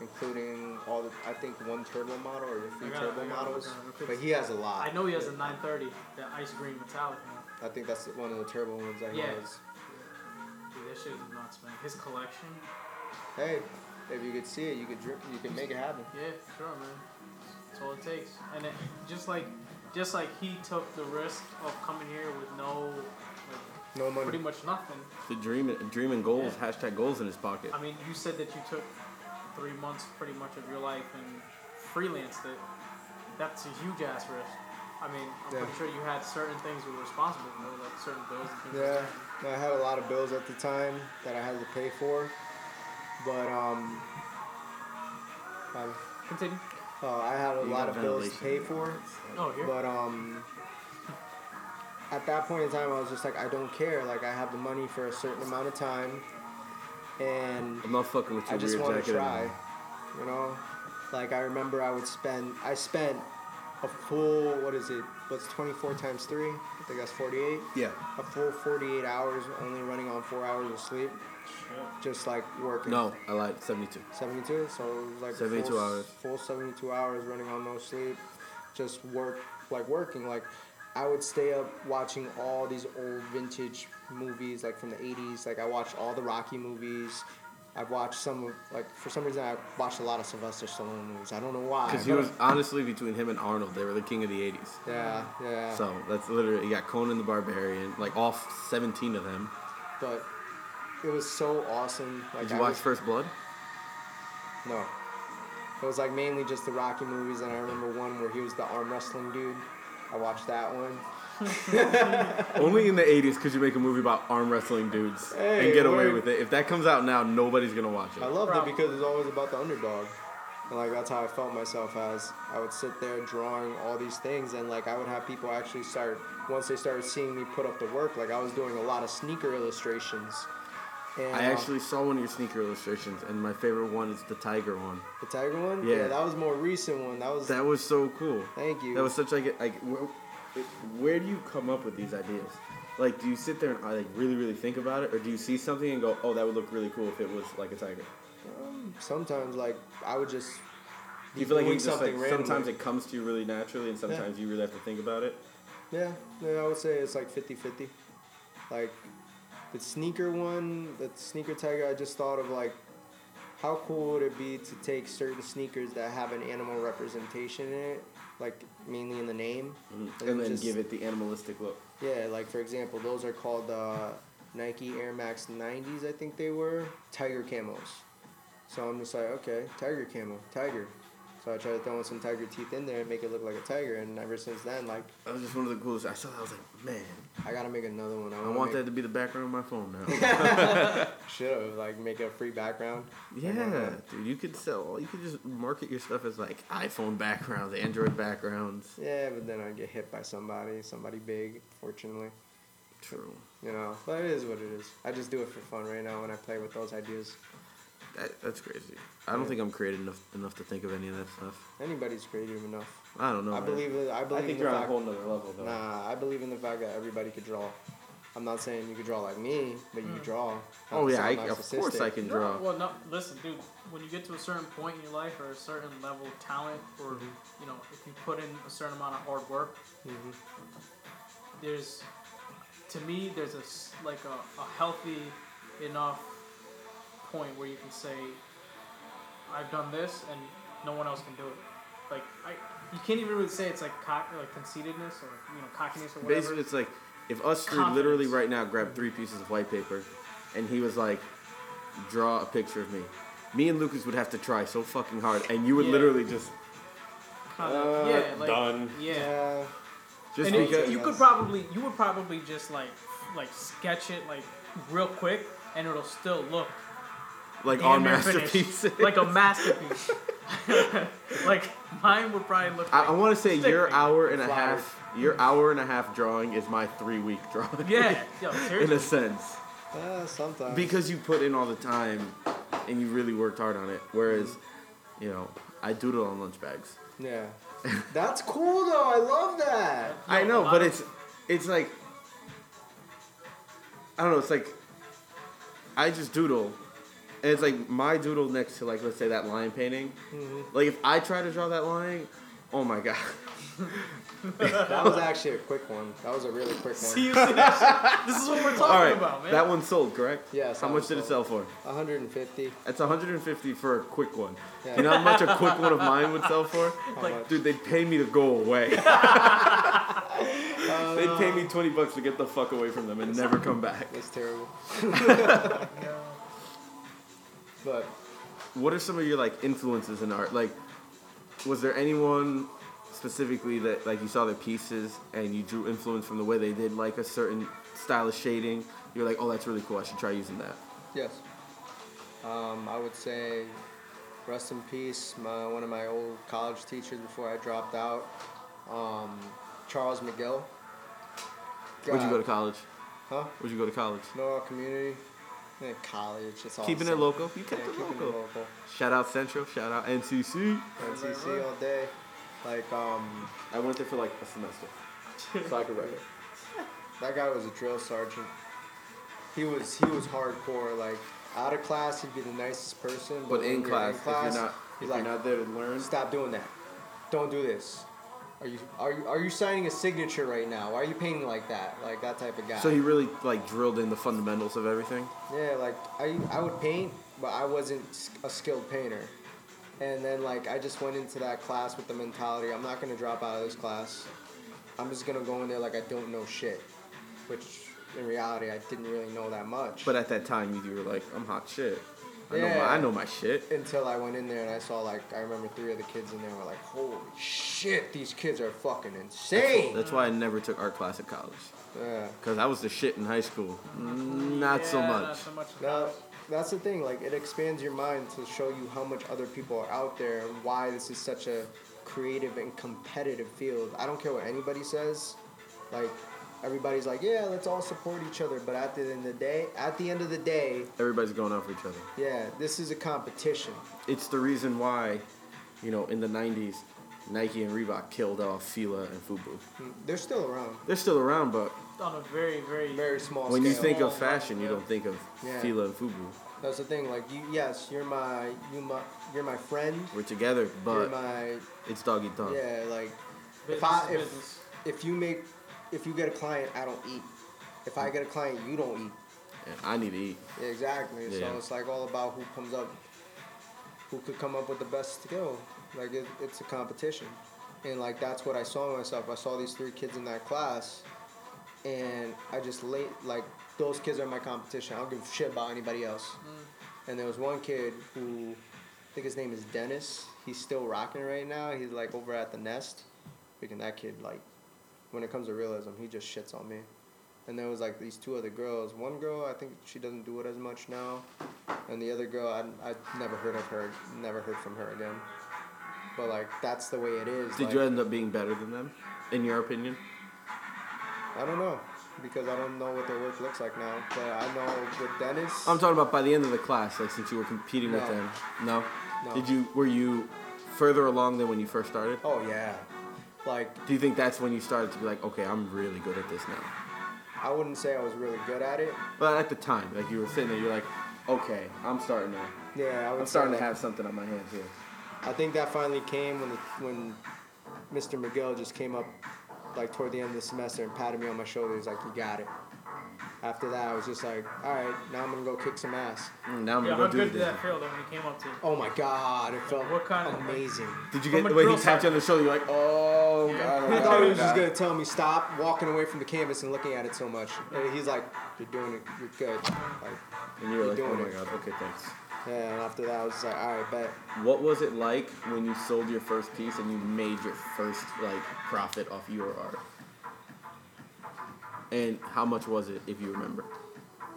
Speaker 4: including all the. I think one turbo model or a few
Speaker 3: I got it,
Speaker 4: turbo
Speaker 3: I got it, I
Speaker 4: models.
Speaker 3: got it.
Speaker 4: But he has a lot.
Speaker 3: I know he has a 930, that ice green metallic one.
Speaker 4: I think that's one of the turbo ones I
Speaker 3: Yeah.
Speaker 4: has.
Speaker 3: Dude, that shit is nuts, man. His collection.
Speaker 4: Hey, if you could see it, you could drip, you could make it happen.
Speaker 3: Yeah, sure, man. That's all it takes. And it, just like, just like he took the risk of coming here with no, like,
Speaker 4: No money.
Speaker 3: pretty much nothing.
Speaker 2: The dream, dream and goals.
Speaker 3: Yeah.
Speaker 2: Hashtag goals in his pocket.
Speaker 3: I mean, you said that you took three months pretty much of your life and freelanced it. That's a huge ass risk. I mean, I'm
Speaker 4: Yeah.
Speaker 3: pretty sure you had certain things you were responsible for, like certain bills and things
Speaker 4: Yeah,
Speaker 3: like
Speaker 4: I had a lot of bills at the time that I had to pay for, but um, I,
Speaker 3: that. Continue.
Speaker 4: uh, I had a
Speaker 2: You
Speaker 4: lot
Speaker 2: got
Speaker 4: of bills to pay
Speaker 2: ventilation.
Speaker 4: for.
Speaker 3: Oh, here.
Speaker 4: But um, at that point in time, I was just like, I don't care. Like I have the money for a certain amount of time, and
Speaker 2: I'm not fucking with
Speaker 4: I
Speaker 2: your
Speaker 4: just
Speaker 2: weird
Speaker 4: want
Speaker 2: jacket.
Speaker 4: to try.
Speaker 2: anymore.
Speaker 4: You know, like I remember I would spend. I spent a full what is it? What's twenty four times three? I think that's forty eight.
Speaker 2: Yeah.
Speaker 4: A full forty eight hours, only running on four hours of sleep, just like working.
Speaker 2: No, I lied. Seventy-two.
Speaker 4: 72 so it was like a
Speaker 2: 72
Speaker 4: full,
Speaker 2: hours.
Speaker 4: full 72 hours running on no sleep just work like working like i would stay up watching all these old vintage movies like from the 80s like i watched all the rocky movies i've watched some of like for some reason i watched a lot of sylvester stallone movies i don't know why
Speaker 2: Because he
Speaker 4: but-
Speaker 2: was honestly between him and Arnold, they were the king of the '80s.
Speaker 4: yeah yeah
Speaker 2: So that's literally you got Conan the Barbarian, like all 17 of them.
Speaker 4: but it was so awesome like
Speaker 2: Did you
Speaker 4: I
Speaker 2: watch
Speaker 4: was-
Speaker 2: First Blood?
Speaker 4: No. It was like mainly just the Rocky movies, and I remember one where he was the arm wrestling dude. I watched that one.
Speaker 2: Only in the 80s could you make a movie about arm wrestling dudes
Speaker 4: Hey,
Speaker 2: and get away
Speaker 4: word.
Speaker 2: with it. If that comes out now, nobody's gonna watch
Speaker 4: I
Speaker 2: it.
Speaker 4: loved it
Speaker 3: Problem.
Speaker 4: because it's always about the underdog. And like that's how I felt myself as I would sit there drawing all these things and like I would have people actually start once they started seeing me put up the work, like I was doing a lot of sneaker illustrations. And
Speaker 2: I
Speaker 4: uh,
Speaker 2: actually saw one of your sneaker illustrations, and my favorite one is the tiger one.
Speaker 4: the tiger one?
Speaker 2: Yeah.
Speaker 4: that was a more recent one. That was
Speaker 2: That was so cool.
Speaker 4: Thank you.
Speaker 2: That was such like a- like where, it- where do you come up with these ideas? Like, do you sit there and uh, like really really think about it, or do you see something and go, oh, that would look really cool if it was like a tiger?
Speaker 4: sometimes like I would just
Speaker 2: Do you feel like
Speaker 4: doing
Speaker 2: you just like
Speaker 4: something randomly.
Speaker 2: sometimes it comes to you really naturally, and sometimes you really have to think about it?
Speaker 4: Yeah, yeah, I would say it's like 50 50. Like, the sneaker one, the sneaker tiger, I just thought of like, how cool would it be to take certain sneakers that have an animal representation in it, like mainly in the name,
Speaker 2: Mm-hmm. and then
Speaker 4: just-
Speaker 2: give it the animalistic look.
Speaker 4: Yeah, like for example, those are called uh, Nike Air Max 90s, I think they were, tiger camos. So I'm just like, okay, tiger camo, tiger. So I tried to throw in some tiger teeth in there and make it look like a tiger. And ever since then, like,
Speaker 2: That was just one of the coolest. I saw that. I was like, man,
Speaker 4: I gotta make another one.
Speaker 2: I
Speaker 4: wanna
Speaker 2: want
Speaker 4: make,
Speaker 2: that to be the background of my phone now.
Speaker 4: Should have, like, make a free background.
Speaker 2: yeah, dude, you could sell. You could just market your stuff as like iPhone backgrounds, Android backgrounds.
Speaker 4: Yeah, but then I'd get hit by somebody, somebody big, fortunately.
Speaker 2: True.
Speaker 4: You know, but it is what it is. I just do it for fun right now when I play with those ideas.
Speaker 2: That, that's crazy. I don't
Speaker 4: Yeah.
Speaker 2: think I'm creative enough enough to think of any of that stuff.
Speaker 4: Anybody's creative enough.
Speaker 2: I don't know.
Speaker 4: I
Speaker 2: man.
Speaker 4: believe it. I believe
Speaker 5: I
Speaker 4: in
Speaker 5: think
Speaker 4: the
Speaker 5: you're on a
Speaker 4: fact-
Speaker 5: whole nother level though.
Speaker 4: Nah, I believe in the fact that everybody could draw. I'm not saying you could draw like me, but you could draw. Not
Speaker 2: Oh
Speaker 4: to
Speaker 2: yeah, I,
Speaker 4: sound
Speaker 2: of course
Speaker 4: narcissistic.
Speaker 2: I can draw.
Speaker 3: Well, no, listen, dude. When you get to a certain point in your life or a certain level of talent, or you know, if you put in a certain amount of hard work,
Speaker 4: Mhm.
Speaker 3: there's, to me, there's a s- like a, a healthy enough point where you can say, I've done this and no one else can do it. Like I, you can't even really say it's like cock, like conceitedness or you know cockiness or whatever.
Speaker 2: Basically, it's like if us three literally right now grabbed three pieces of white paper, and he was like, "Draw a picture of me." Me and Lucas would have to try so fucking hard, and you would
Speaker 3: Yeah.
Speaker 2: literally just
Speaker 3: Kinda,
Speaker 5: Uh,
Speaker 3: yeah, like,
Speaker 5: done.
Speaker 3: Yeah.
Speaker 4: Yeah.
Speaker 2: just
Speaker 3: and
Speaker 2: because
Speaker 3: you, you could probably you would probably just like like sketch it like real quick and it'll still look
Speaker 2: like
Speaker 3: damn
Speaker 2: on
Speaker 3: near finished.
Speaker 2: masterpiece.
Speaker 3: like a masterpiece like mine would probably look
Speaker 2: I,
Speaker 3: like
Speaker 2: I want to say
Speaker 3: stick
Speaker 2: your
Speaker 3: figure.
Speaker 2: hour and a
Speaker 4: Flowered.
Speaker 2: half, your hour and a half drawing is my three week drawing.
Speaker 3: yeah yo,
Speaker 2: in
Speaker 3: seriously
Speaker 2: a sense.
Speaker 4: Uh, sometimes.
Speaker 2: because you put in all the time and you really worked hard on it. Whereas, you know, I doodle on lunch bags.
Speaker 4: yeah. That's cool though. I love that.
Speaker 2: I
Speaker 3: No,
Speaker 2: know,
Speaker 3: a lot
Speaker 2: but
Speaker 3: of-
Speaker 2: it's it's like I don't know. It's like I just doodle, and it's like my doodle next to like let's say that lion painting.
Speaker 3: Mm-hmm.
Speaker 2: Like if I try to draw that lion, oh my god,
Speaker 4: That was actually a quick one. That was a really quick
Speaker 3: See,
Speaker 4: one.
Speaker 3: you see, that's- this is what we're talking
Speaker 2: all right,
Speaker 3: about man
Speaker 2: that one sold, correct?
Speaker 4: Yes,
Speaker 2: How
Speaker 4: that
Speaker 2: much
Speaker 4: one
Speaker 2: did it sell
Speaker 4: sold.
Speaker 2: for?
Speaker 4: 150.
Speaker 2: That's 150 for a quick one.
Speaker 4: Yeah.
Speaker 2: You know how much a quick one of mine would sell for?
Speaker 4: How
Speaker 3: like-
Speaker 4: much?
Speaker 2: Dude, they'd pay me to go away. they'd pay me 20 bucks to get the fuck away from them and never come back.
Speaker 4: That's terrible. but
Speaker 2: What are some of your like influences in art? Like was there anyone specifically that like you saw their pieces and you drew influence from the way they did like a certain style of shading? You're like, "Oh, that's really cool. I should try using that."
Speaker 4: yes, um, I would say rest in peace. My, one of my old college teachers before I dropped out, um, Charles McGill.
Speaker 2: Would you
Speaker 4: God,
Speaker 2: go to college?
Speaker 4: Huh?
Speaker 2: Would you go to college?
Speaker 4: Norwalk Community. Yeah, college. It's all the
Speaker 2: Keeping it
Speaker 4: same.
Speaker 2: local. You
Speaker 4: Yeah,
Speaker 2: kept it
Speaker 4: keeping it
Speaker 2: local.
Speaker 4: local.
Speaker 2: Shout out Central. Shout out NCC.
Speaker 4: NCC all day. Like um,
Speaker 5: I went there for like a semester. So I could write it.
Speaker 4: That guy was a drill sergeant. He was he was hardcore. Like out of class, he'd be the nicest person.
Speaker 2: But
Speaker 4: when
Speaker 2: in
Speaker 4: you're
Speaker 2: class, if you're not,
Speaker 4: he's
Speaker 2: if
Speaker 4: like,
Speaker 2: you're not there to learn,
Speaker 4: stop doing that. Don't do this. Are you are you are you signing a signature right now? Why are you painting like that? Like that type of guy.
Speaker 2: so he really like drilled in the fundamentals of everything.
Speaker 4: Yeah, like I I would paint, but I wasn't s- a skilled painter. And then like I just went into that class with the mentality I'm not gonna drop out of this class. I'm just gonna go in there like I don't know shit, which in reality I didn't really know that much.
Speaker 2: But at that time, you were like, I'm hot shit. I know my,
Speaker 4: Yeah.
Speaker 2: I know my shit.
Speaker 4: until I went in there and I saw like I remember three of the kids in there were like, holy shit, these kids are fucking insane.
Speaker 2: That's why I never took art class at college
Speaker 4: Yeah.
Speaker 2: because I was the shit in high school. Not so
Speaker 3: Yeah,
Speaker 2: much.
Speaker 3: not so much
Speaker 4: Now, that's the thing. Like, it expands your mind to show you how much other people are out there and why this is such a creative and competitive field. I don't care what anybody says. Like, everybody's like, yeah, let's all support each other. But at the end of the day, at the end of the day,
Speaker 2: Everybody's going out for each other.
Speaker 4: yeah, this is a competition.
Speaker 2: It's the reason why, you know, in the '90s, Nike and Reebok killed off Fila and Fubu.
Speaker 4: They're still around.
Speaker 2: They're still around, but
Speaker 3: on a very very
Speaker 4: Very small
Speaker 2: when
Speaker 4: scale.
Speaker 2: you think of
Speaker 3: Yeah.
Speaker 2: fashion, you don't think of
Speaker 4: Yeah.
Speaker 2: Fila and Fubu.
Speaker 4: that's the thing. Like, you, yes, you're my, you my, you're my friend.
Speaker 2: We're together,
Speaker 4: You're
Speaker 2: but
Speaker 4: my,
Speaker 2: it's dog eat dog.
Speaker 4: yeah, like,
Speaker 3: business,
Speaker 4: if I- if-
Speaker 3: business.
Speaker 4: if you make, if you get a client, I don't eat. If I get a client, you don't eat.
Speaker 2: And I need to eat.
Speaker 4: Exactly.
Speaker 2: Yeah.
Speaker 4: So it's like all about who comes up, who could come up with the best skill. Like it, it's a competition, and like that's what I saw myself. I saw these three kids in that class, and I just late like those kids are my competition. I don't give a shit about anybody else. And there was one kid who, I think his name is Dennis. He's still rocking it right now. He's like over at the Nest. Freaking that kid, like, when it comes to realism, he just shits on me. And there was like these two other girls. One girl, I think she doesn't do it as much now, and the other girl, I I never heard of her, never heard from her again. But like that's the way it is.
Speaker 2: Did
Speaker 4: like-
Speaker 2: you end up being better than them, in your opinion?
Speaker 4: I don't know because I don't know what their work looks like now. But I know with Dennis,
Speaker 2: I'm talking about by the end of the class, like since you were competing with
Speaker 4: No.
Speaker 2: them. No?
Speaker 4: No.
Speaker 2: Did you were you further along than when you first started?
Speaker 4: oh yeah, like
Speaker 2: Do you think that's when you started to be like, okay, I'm really good at this now?
Speaker 4: I wouldn't say I was really good at it.
Speaker 2: But at the time, like you were sitting there, you're like, okay, I'm starting now.
Speaker 4: Yeah, I would
Speaker 2: I'm
Speaker 4: say,
Speaker 2: starting to
Speaker 4: like,
Speaker 2: have something on my hands here. Mm,
Speaker 4: I think that finally came when the, when Mr. McGill just came up like toward the end of the semester and patted me on my shoulder. He's like, "You got it." After that, I was just like, "All right, now I'm gonna go kick some ass."
Speaker 2: Mm, now I'm
Speaker 3: Yeah,
Speaker 2: gonna
Speaker 3: how
Speaker 2: go do
Speaker 3: good
Speaker 2: it.
Speaker 3: did that feel though when he came up to you?
Speaker 4: Oh my god, it felt
Speaker 3: What kind of-
Speaker 4: amazing.
Speaker 2: Did you
Speaker 3: From
Speaker 2: get
Speaker 3: a
Speaker 2: the way he
Speaker 3: girl's
Speaker 2: tapped you
Speaker 3: side.
Speaker 2: on the shoulder? You're like, oh god.
Speaker 4: I thought he was just gonna tell me stop walking away from the canvas and looking at it so much. And he's like, "You're doing it. You're good." Like,
Speaker 2: And you're like,
Speaker 4: doing
Speaker 2: oh my
Speaker 4: it.
Speaker 2: god, okay, thanks.
Speaker 4: yeah, and after that, I was just like, "All right, bet."
Speaker 2: What was it like when you sold your first piece and you made your first like profit off your art? And how much was it, if you remember?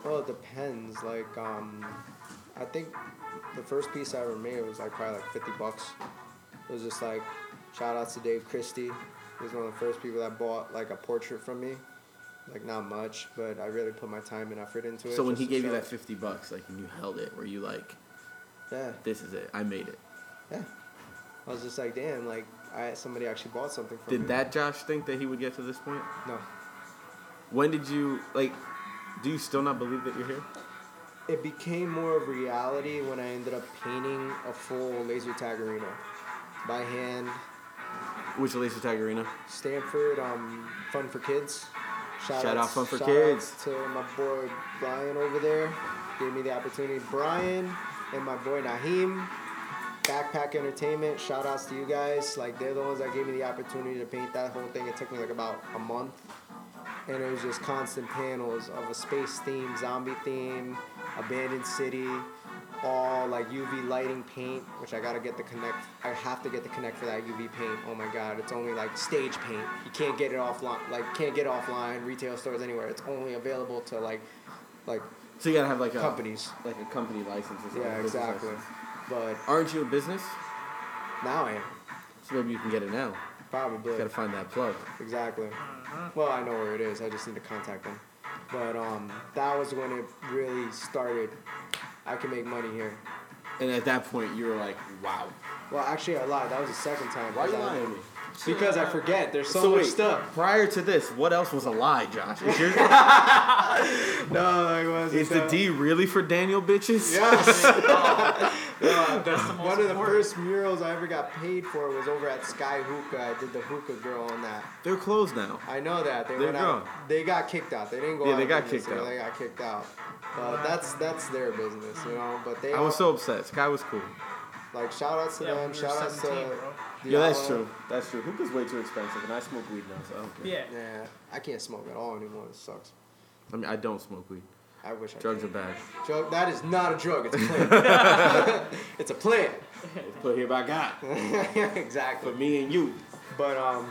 Speaker 4: Well, it depends. Like, um, I think the first piece I ever made was like probably like 50 bucks. It was just like, shout outs to Dave Christie. He was one of the first people that bought like a portrait from me. Like, not much, but I really put my time and effort into it.
Speaker 2: So when
Speaker 4: just
Speaker 2: he
Speaker 4: to
Speaker 2: gave you
Speaker 4: show-
Speaker 2: that fifty bucks, like and you held it, were you like,
Speaker 4: yeah,
Speaker 2: this is it, I made it?
Speaker 4: yeah. I was just like, damn, like, I somebody actually bought something from me.
Speaker 2: Did that Josh think that he would get to this point?
Speaker 4: No.
Speaker 2: When did you like? Do you still not believe that you're here?
Speaker 4: It became more of reality when I ended up painting a full laser tag arena by hand.
Speaker 2: Which laser tag arena?
Speaker 4: Stanford, um, Fun for Kids.
Speaker 2: Shout out
Speaker 4: outs-
Speaker 2: Fun for
Speaker 4: shout
Speaker 2: Kids.
Speaker 4: outs to my boy Brian over there. Gave me the opportunity. Brian and my boy Naheem. Backpack Entertainment. Shout outs to you guys. Like they're the ones that gave me the opportunity to paint that whole thing. It took me like about a month. And it was just constant panels of a space theme, zombie theme, abandoned city, all like UV lighting paint, which I gotta get the connect. I have to get the connect for that UV paint. Oh my god, it's only like stage paint. You can't get it offline. Like can't get offline retail stores anywhere. It's only available to like, like
Speaker 2: So you gotta have like a
Speaker 4: companies.
Speaker 2: like a company license. Or something.
Speaker 4: Yeah,
Speaker 2: business
Speaker 4: exactly.
Speaker 2: license.
Speaker 4: But
Speaker 2: Aren't you a business?
Speaker 4: now I am
Speaker 2: So maybe you can get it now.
Speaker 4: probably.
Speaker 2: Gotta find that plug.
Speaker 4: Exactly.
Speaker 3: Uh-huh.
Speaker 4: Well, I know where it is. I just need to contact them. But um, that was when it really started. I can make money here.
Speaker 2: And at that point, you were like, wow.
Speaker 4: Well, actually, I lied. That was the second time.
Speaker 2: Why are you
Speaker 4: 'cause I-
Speaker 2: lying to me?
Speaker 4: Because I forget. There's so, much stuff.
Speaker 2: Prior to this, what else was a lie, Josh? Is, your,
Speaker 4: No, like, what was
Speaker 2: is the D really for Daniel bitches?
Speaker 4: Yes.
Speaker 3: That's the most
Speaker 4: One of the
Speaker 3: important.
Speaker 4: first murals I ever got paid for was over at Sky Hookah. I did the hookah girl on that.
Speaker 2: They're closed now.
Speaker 4: I know that they
Speaker 2: They're
Speaker 4: went out.
Speaker 2: gone.
Speaker 4: They got kicked out. They didn't go.
Speaker 2: Yeah,
Speaker 4: out
Speaker 2: they
Speaker 4: of
Speaker 2: got
Speaker 4: business,
Speaker 2: kicked
Speaker 4: you know,
Speaker 2: out.
Speaker 4: They got kicked out. But that's that's their business, you know. But they
Speaker 2: I was
Speaker 4: all-
Speaker 2: so upset. Sky was cool.
Speaker 4: like shout outs to
Speaker 3: Yeah, when
Speaker 4: them.
Speaker 3: we were
Speaker 4: shout outs to
Speaker 3: 17, bro.
Speaker 2: Yeah, that's
Speaker 4: Diallo.
Speaker 2: true. That's true. Hookah's way too expensive, and I smoke weed now, so I don't care.
Speaker 3: Yeah.
Speaker 4: Yeah, I can't smoke at all anymore. It sucks.
Speaker 2: I mean, I don't smoke weed.
Speaker 4: I wish I
Speaker 2: Drugs
Speaker 4: could.
Speaker 2: are bad.
Speaker 4: Drug, that is not a drug. It's a plant. it's a plant.
Speaker 2: It's put here by God.
Speaker 4: exactly.
Speaker 2: For me and you.
Speaker 4: But um,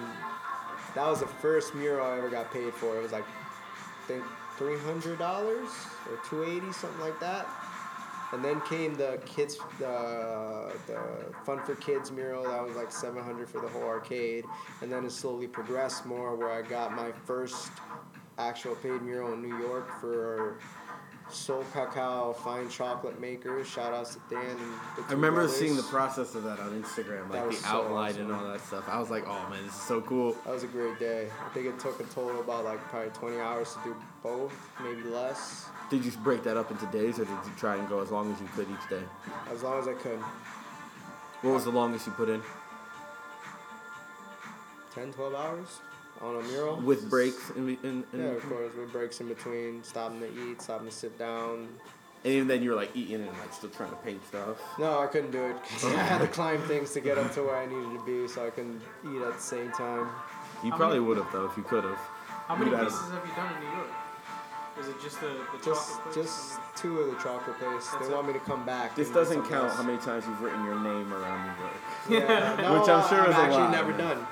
Speaker 4: that was the first mural I ever got paid for. It was like, I think three hundred dollars or two eighty, something like that. And then came the kids, the the fun for kids mural that was like seven hundred for the whole arcade. And then it slowly progressed more, where I got my first actual paid mural in New York for. Soul Cacao Fine Chocolate Makers. Shout outs to Dan and the two
Speaker 2: I remember
Speaker 4: brothers.
Speaker 2: seeing the process of that on Instagram,
Speaker 4: That
Speaker 2: like
Speaker 4: was
Speaker 2: the
Speaker 4: so
Speaker 2: outline and
Speaker 4: awesome.
Speaker 2: all that stuff. I was like, oh man, this is so cool.
Speaker 4: That was a great day. I think it took a total of about like probably 20 hours to do both, maybe less,
Speaker 2: Did you break that up into days, or did you try and go as long as you could each day?
Speaker 4: as long as I could.
Speaker 2: What was the longest you put in?
Speaker 4: 10, 12 hours on a mural.
Speaker 2: With breaks in, in, in
Speaker 4: yeah, of course, with breaks in between, stopping to eat, stopping to sit down.
Speaker 2: and even then you were like eating and like still trying to paint stuff.
Speaker 4: No, I couldn't do it 'cause I had to climb things to get up to where I needed to be, so I couldn't eat at the same time.
Speaker 2: You
Speaker 3: How
Speaker 2: probably
Speaker 3: many-
Speaker 2: would have though if you could have.
Speaker 3: How many
Speaker 2: You'd have-
Speaker 3: pieces have you done in New York? Is it just the, the
Speaker 4: Just,
Speaker 3: chocolate? place?
Speaker 4: just two of the chocolate place.
Speaker 3: That's
Speaker 4: they
Speaker 3: it.
Speaker 4: want me to come back.
Speaker 2: This
Speaker 4: and do
Speaker 2: doesn't
Speaker 4: something
Speaker 2: count
Speaker 4: else.
Speaker 2: how many times you've written your name around New York.
Speaker 4: Yeah, no,
Speaker 2: Which I'm sure
Speaker 4: I've
Speaker 2: is a
Speaker 4: actually
Speaker 2: lot,
Speaker 4: never
Speaker 2: man.
Speaker 4: done.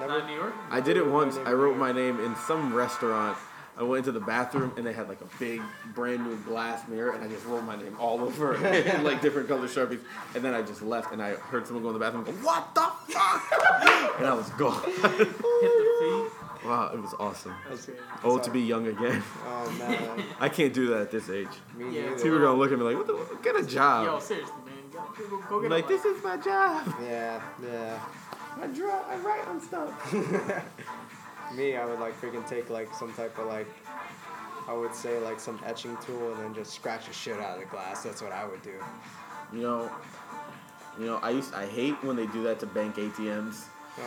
Speaker 3: Not
Speaker 4: Never.
Speaker 3: New York.
Speaker 2: I did it once. I wrote my name in some restaurant. I went into the bathroom and they had like a big brand new glass mirror and I just wrote my name all over it in like different color sharpies. And then I just left and I heard someone go in the bathroom and go, What the fuck? And I was gone.
Speaker 3: Hit the feet.
Speaker 2: Wow, it was awesome.
Speaker 3: That's great.
Speaker 2: Old to be young again.
Speaker 4: Oh man,
Speaker 2: I can't do that at this age.
Speaker 4: me
Speaker 3: Yeah,
Speaker 4: neither.
Speaker 3: it's
Speaker 2: People are gonna look at me like, What the what- get a
Speaker 3: Yo,
Speaker 2: job?
Speaker 3: seriously, man. you gotta Go, go
Speaker 2: I'm
Speaker 3: get
Speaker 2: like,
Speaker 3: a life.
Speaker 2: this is my job.
Speaker 4: Yeah, yeah.
Speaker 2: I draw, I write on stuff.
Speaker 4: Me, I would like freaking take like some type of like, I would say like some etching tool and then just scratch the shit out of the glass. That's what I would do.
Speaker 2: You know, you know, I used I hate when they do that to bank ATMs.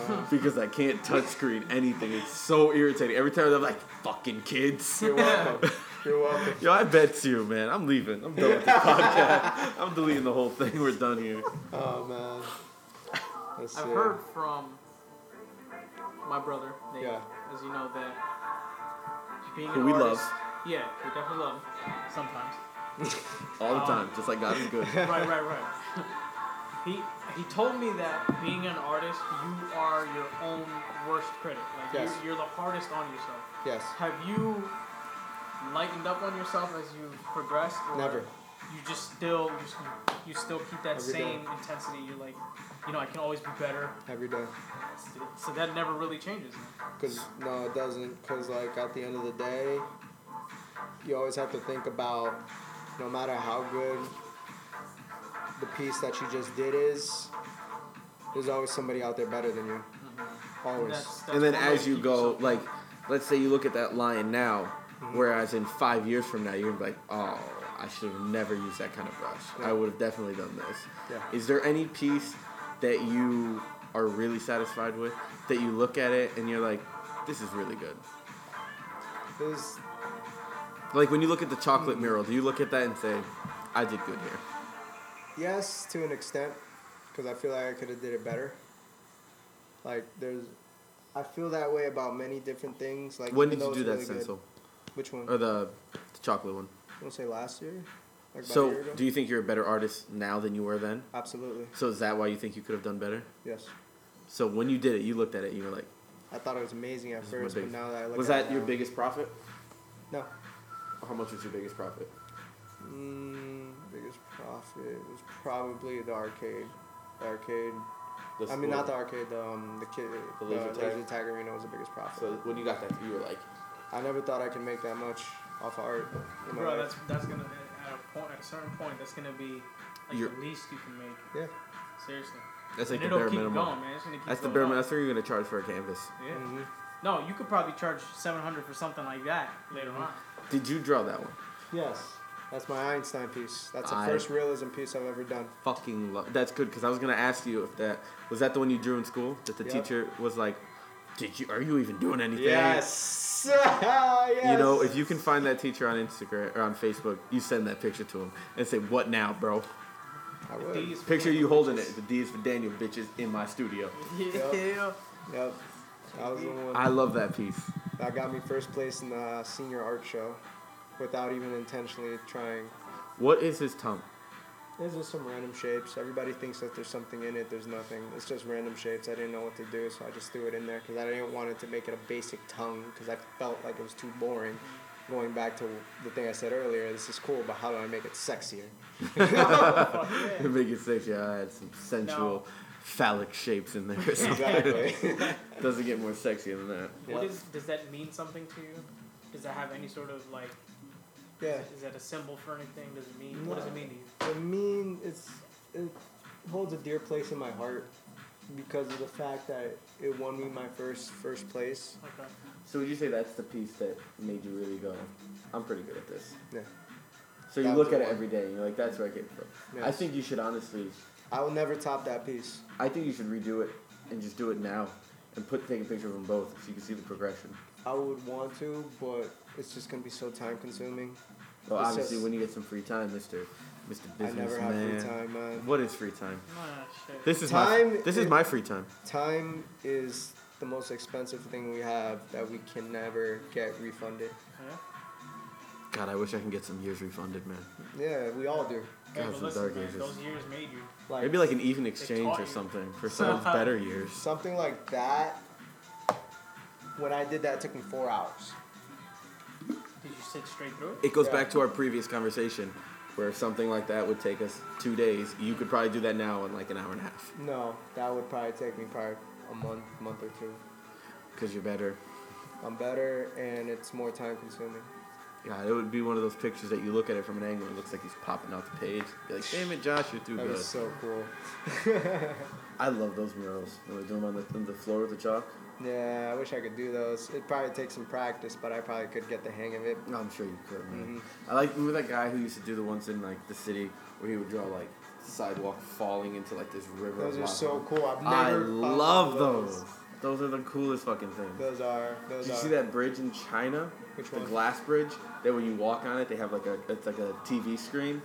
Speaker 4: Uh,
Speaker 2: because I can't touch screen anything. It's so irritating. Every time I'm like, fucking kids.
Speaker 4: you're welcome. You're welcome.
Speaker 2: Yo, I bet you, man. I'm leaving. I'm done with the podcast. I'm deleting the whole thing. We're done here.
Speaker 4: Oh man. Let's
Speaker 3: I've
Speaker 4: see.
Speaker 3: heard from my brother, Nate,
Speaker 4: Yeah.
Speaker 3: as you know, that being
Speaker 2: Who
Speaker 3: an
Speaker 2: we
Speaker 3: artist,
Speaker 2: love.
Speaker 3: yeah, we definitely love sometimes.
Speaker 2: All the time. Just like God is good.
Speaker 3: right, right, right. He he told me that being an artist, you are your own worst critic. Like
Speaker 4: Yes.
Speaker 3: you're, you're the hardest on yourself.
Speaker 4: Yes.
Speaker 3: Have you lightened up on yourself as you progressed? Or
Speaker 4: Never.
Speaker 3: You just still you, s- you still keep that
Speaker 4: Every day.
Speaker 3: same intensity. You're like, you know, I can always be better.
Speaker 4: Every day.
Speaker 3: So that never really changes.
Speaker 4: Cause no, it doesn't. Cause like at the end of the day, you always have to think about, no matter how good the piece that you just did is, there's always somebody out there better than you. Always.
Speaker 3: Mm-hmm. That's, that's
Speaker 2: And then
Speaker 3: one way to
Speaker 2: as you
Speaker 3: keep
Speaker 2: go,
Speaker 3: yourself-
Speaker 2: like, let's say you look at that line now,
Speaker 4: Mm-hmm.
Speaker 2: whereas in five years from now, you're gonna be like, oh, I should have never used that kind of brush. I
Speaker 4: Yeah.
Speaker 2: would have definitely done this.
Speaker 4: Yeah.
Speaker 2: Is there any piece that you are really satisfied with that you look at it and you're like, this is really good?
Speaker 4: There's-
Speaker 2: Like when you look at the
Speaker 4: Mm-hmm.
Speaker 2: chocolate mural, do you look at that and say, "I did good here"?
Speaker 4: yes, to an extent, because I feel like I could have did it better. Like there's, I feel that way about many different things. Like
Speaker 2: When
Speaker 4: even
Speaker 2: did you
Speaker 4: though
Speaker 2: do that
Speaker 4: it's really good-
Speaker 2: stencil
Speaker 4: Which one?
Speaker 2: or the, the chocolate one?
Speaker 4: I want to say last year. Like about a
Speaker 2: So,
Speaker 4: year ago?
Speaker 2: do you think you're a better artist now than you were then?
Speaker 4: Absolutely.
Speaker 2: So is that why you think you could have done better?
Speaker 4: Yes.
Speaker 2: So when you did it, you looked at it, and you were like,
Speaker 4: I thought it was amazing at
Speaker 2: "This is my
Speaker 4: first, but
Speaker 2: biggest-
Speaker 4: now that I look
Speaker 2: "Was
Speaker 4: at
Speaker 2: that
Speaker 4: it
Speaker 2: your
Speaker 4: now-
Speaker 2: biggest profit?
Speaker 4: No.
Speaker 2: How much was your biggest profit?"
Speaker 4: Mm, biggest profit was probably the arcade. The arcade.
Speaker 2: The
Speaker 4: I mean, not the
Speaker 2: score.
Speaker 4: arcade. The, um, the kid. The,
Speaker 2: laser
Speaker 4: laser,
Speaker 2: tag?
Speaker 4: tag arena was the biggest profit.
Speaker 2: So when you got that, you were like,
Speaker 4: I never thought I could make that much off art. in my
Speaker 3: Bro,
Speaker 4: life.
Speaker 3: that's that's gonna at a point at a certain point that's gonna be like
Speaker 2: You're-
Speaker 3: the least you can make.
Speaker 4: yeah.
Speaker 3: Seriously.
Speaker 2: "That's like
Speaker 3: And
Speaker 2: the
Speaker 3: it'll
Speaker 2: bare
Speaker 3: keep
Speaker 2: minimum."
Speaker 3: going, man. It's gonna keep
Speaker 2: That's the
Speaker 3: going
Speaker 2: bare
Speaker 3: up.
Speaker 2: minimum. That's what you're gonna charge for a canvas.
Speaker 3: Yeah. No, you could probably charge seven hundred for something like that later on.
Speaker 2: Did you draw that one?
Speaker 4: Yes. That's my Einstein piece. That's the
Speaker 2: I-
Speaker 4: first realism piece I've ever done.
Speaker 2: fucking love. That's good because I was gonna ask you if that was that the one you drew in school that the
Speaker 4: Yep.
Speaker 2: teacher was like, "Did you? Are you even doing anything?"
Speaker 4: Yes. yes.
Speaker 2: You know, if you can find that teacher on Instagram or on Facebook, you send that picture to him and say, "What now, bro?"
Speaker 4: I would.
Speaker 3: These
Speaker 2: Picture
Speaker 3: people-
Speaker 2: you holding it. The D is for Daniel, bitches, in my studio.
Speaker 3: Yeah.
Speaker 4: Yep. That was the one.
Speaker 2: I love that piece.
Speaker 4: That got me first place in the senior art show without even intentionally trying.
Speaker 2: What is his tongue?
Speaker 4: There's just some random shapes. Everybody thinks that there's something in it. There's nothing. It's just random shapes. I didn't know what to do, so I just threw it in there because I didn't want it to make it a basic tongue because I felt like it was too boring. Going back to the thing I said earlier, this is cool, but how do I make it sexier?
Speaker 3: Fuck yeah.
Speaker 2: Make it sexy. I had some sensual, phallic shapes in there. or something.
Speaker 4: Exactly.
Speaker 2: Doesn't get more sexy than that.
Speaker 3: What
Speaker 4: Yeah.
Speaker 3: is, does that mean something to you? Does that have any sort of like?
Speaker 4: yeah.
Speaker 3: Is that a symbol for anything? Does it mean? What does it mean to you?
Speaker 4: I mean, it's it holds a dear place in my heart because of the fact that it won me my first first place.
Speaker 3: Okay.
Speaker 2: So would you say that's the piece that made you really go, "I'm pretty good at this"?
Speaker 4: Yeah.
Speaker 2: So you
Speaker 4: That
Speaker 2: look
Speaker 4: was
Speaker 2: at
Speaker 4: the
Speaker 2: it
Speaker 4: one.
Speaker 2: every day and you're like, that's where I came from. I
Speaker 4: Yes.
Speaker 2: think you should honestly,
Speaker 4: I will never top that piece.
Speaker 2: I think you should redo it and just do it now and put take a picture of them both so you can see the progression.
Speaker 4: I would want to, but it's just gonna be so time consuming.
Speaker 2: Well,
Speaker 4: It's
Speaker 2: obviously,
Speaker 4: just-
Speaker 2: when you get some free time, Mister, Mister
Speaker 4: I never have
Speaker 2: Businessman.
Speaker 4: free time, man.
Speaker 2: What is free time?
Speaker 3: Ah, shit.
Speaker 2: This is my
Speaker 4: Time
Speaker 2: this is
Speaker 4: is-
Speaker 2: my free time.
Speaker 4: Time is the most expensive thing we have that we can never get refunded.
Speaker 3: Yeah.
Speaker 2: God, I wish I can get some years refunded, man.
Speaker 4: Yeah, we all
Speaker 3: Yeah,
Speaker 4: do.
Speaker 2: God,
Speaker 3: but
Speaker 2: some
Speaker 3: listen,
Speaker 2: dark
Speaker 3: man,
Speaker 2: ages.
Speaker 3: those years made you.
Speaker 4: Like
Speaker 2: Maybe like an even exchange
Speaker 3: taught
Speaker 2: or
Speaker 3: you.
Speaker 2: something for someone's better years.
Speaker 4: something like that. When I did that, it took me four hours.
Speaker 3: Did you sit straight through it?
Speaker 2: It goes
Speaker 4: Yeah.
Speaker 2: back to our previous conversation where something like that would take us two days. You could probably do that now in like an hour and a half
Speaker 4: No, that would probably take me probably a month, month or two.
Speaker 2: because you're better.
Speaker 4: I'm better, and it's more time consuming.
Speaker 2: God, it would be one of those pictures that you look at it from an angle and it looks like he's popping off the page. You're like, damn it, Josh, you're too
Speaker 4: That
Speaker 2: good.
Speaker 4: was so cool.
Speaker 2: I love those murals. When they do them on the, on the floor with the chalk,
Speaker 4: Yeah, I wish I could do those. It probably takes some practice, but I probably could get the hang of it.
Speaker 2: Oh, I'm sure you could, man.
Speaker 4: Mm-hmm.
Speaker 2: I like remember that guy who used to do the ones in like the city where he would draw like sidewalk falling into like this river. of
Speaker 4: Those are
Speaker 2: lava.
Speaker 4: so cool. I've never
Speaker 2: I
Speaker 4: found
Speaker 2: love those. Those are the coolest fucking things.
Speaker 4: Those are. Those
Speaker 2: Did you
Speaker 4: are.
Speaker 2: see that bridge in China?
Speaker 4: Which
Speaker 2: the
Speaker 4: one?
Speaker 2: glass bridge. That when you walk on it, they have like a it's like a TV screen,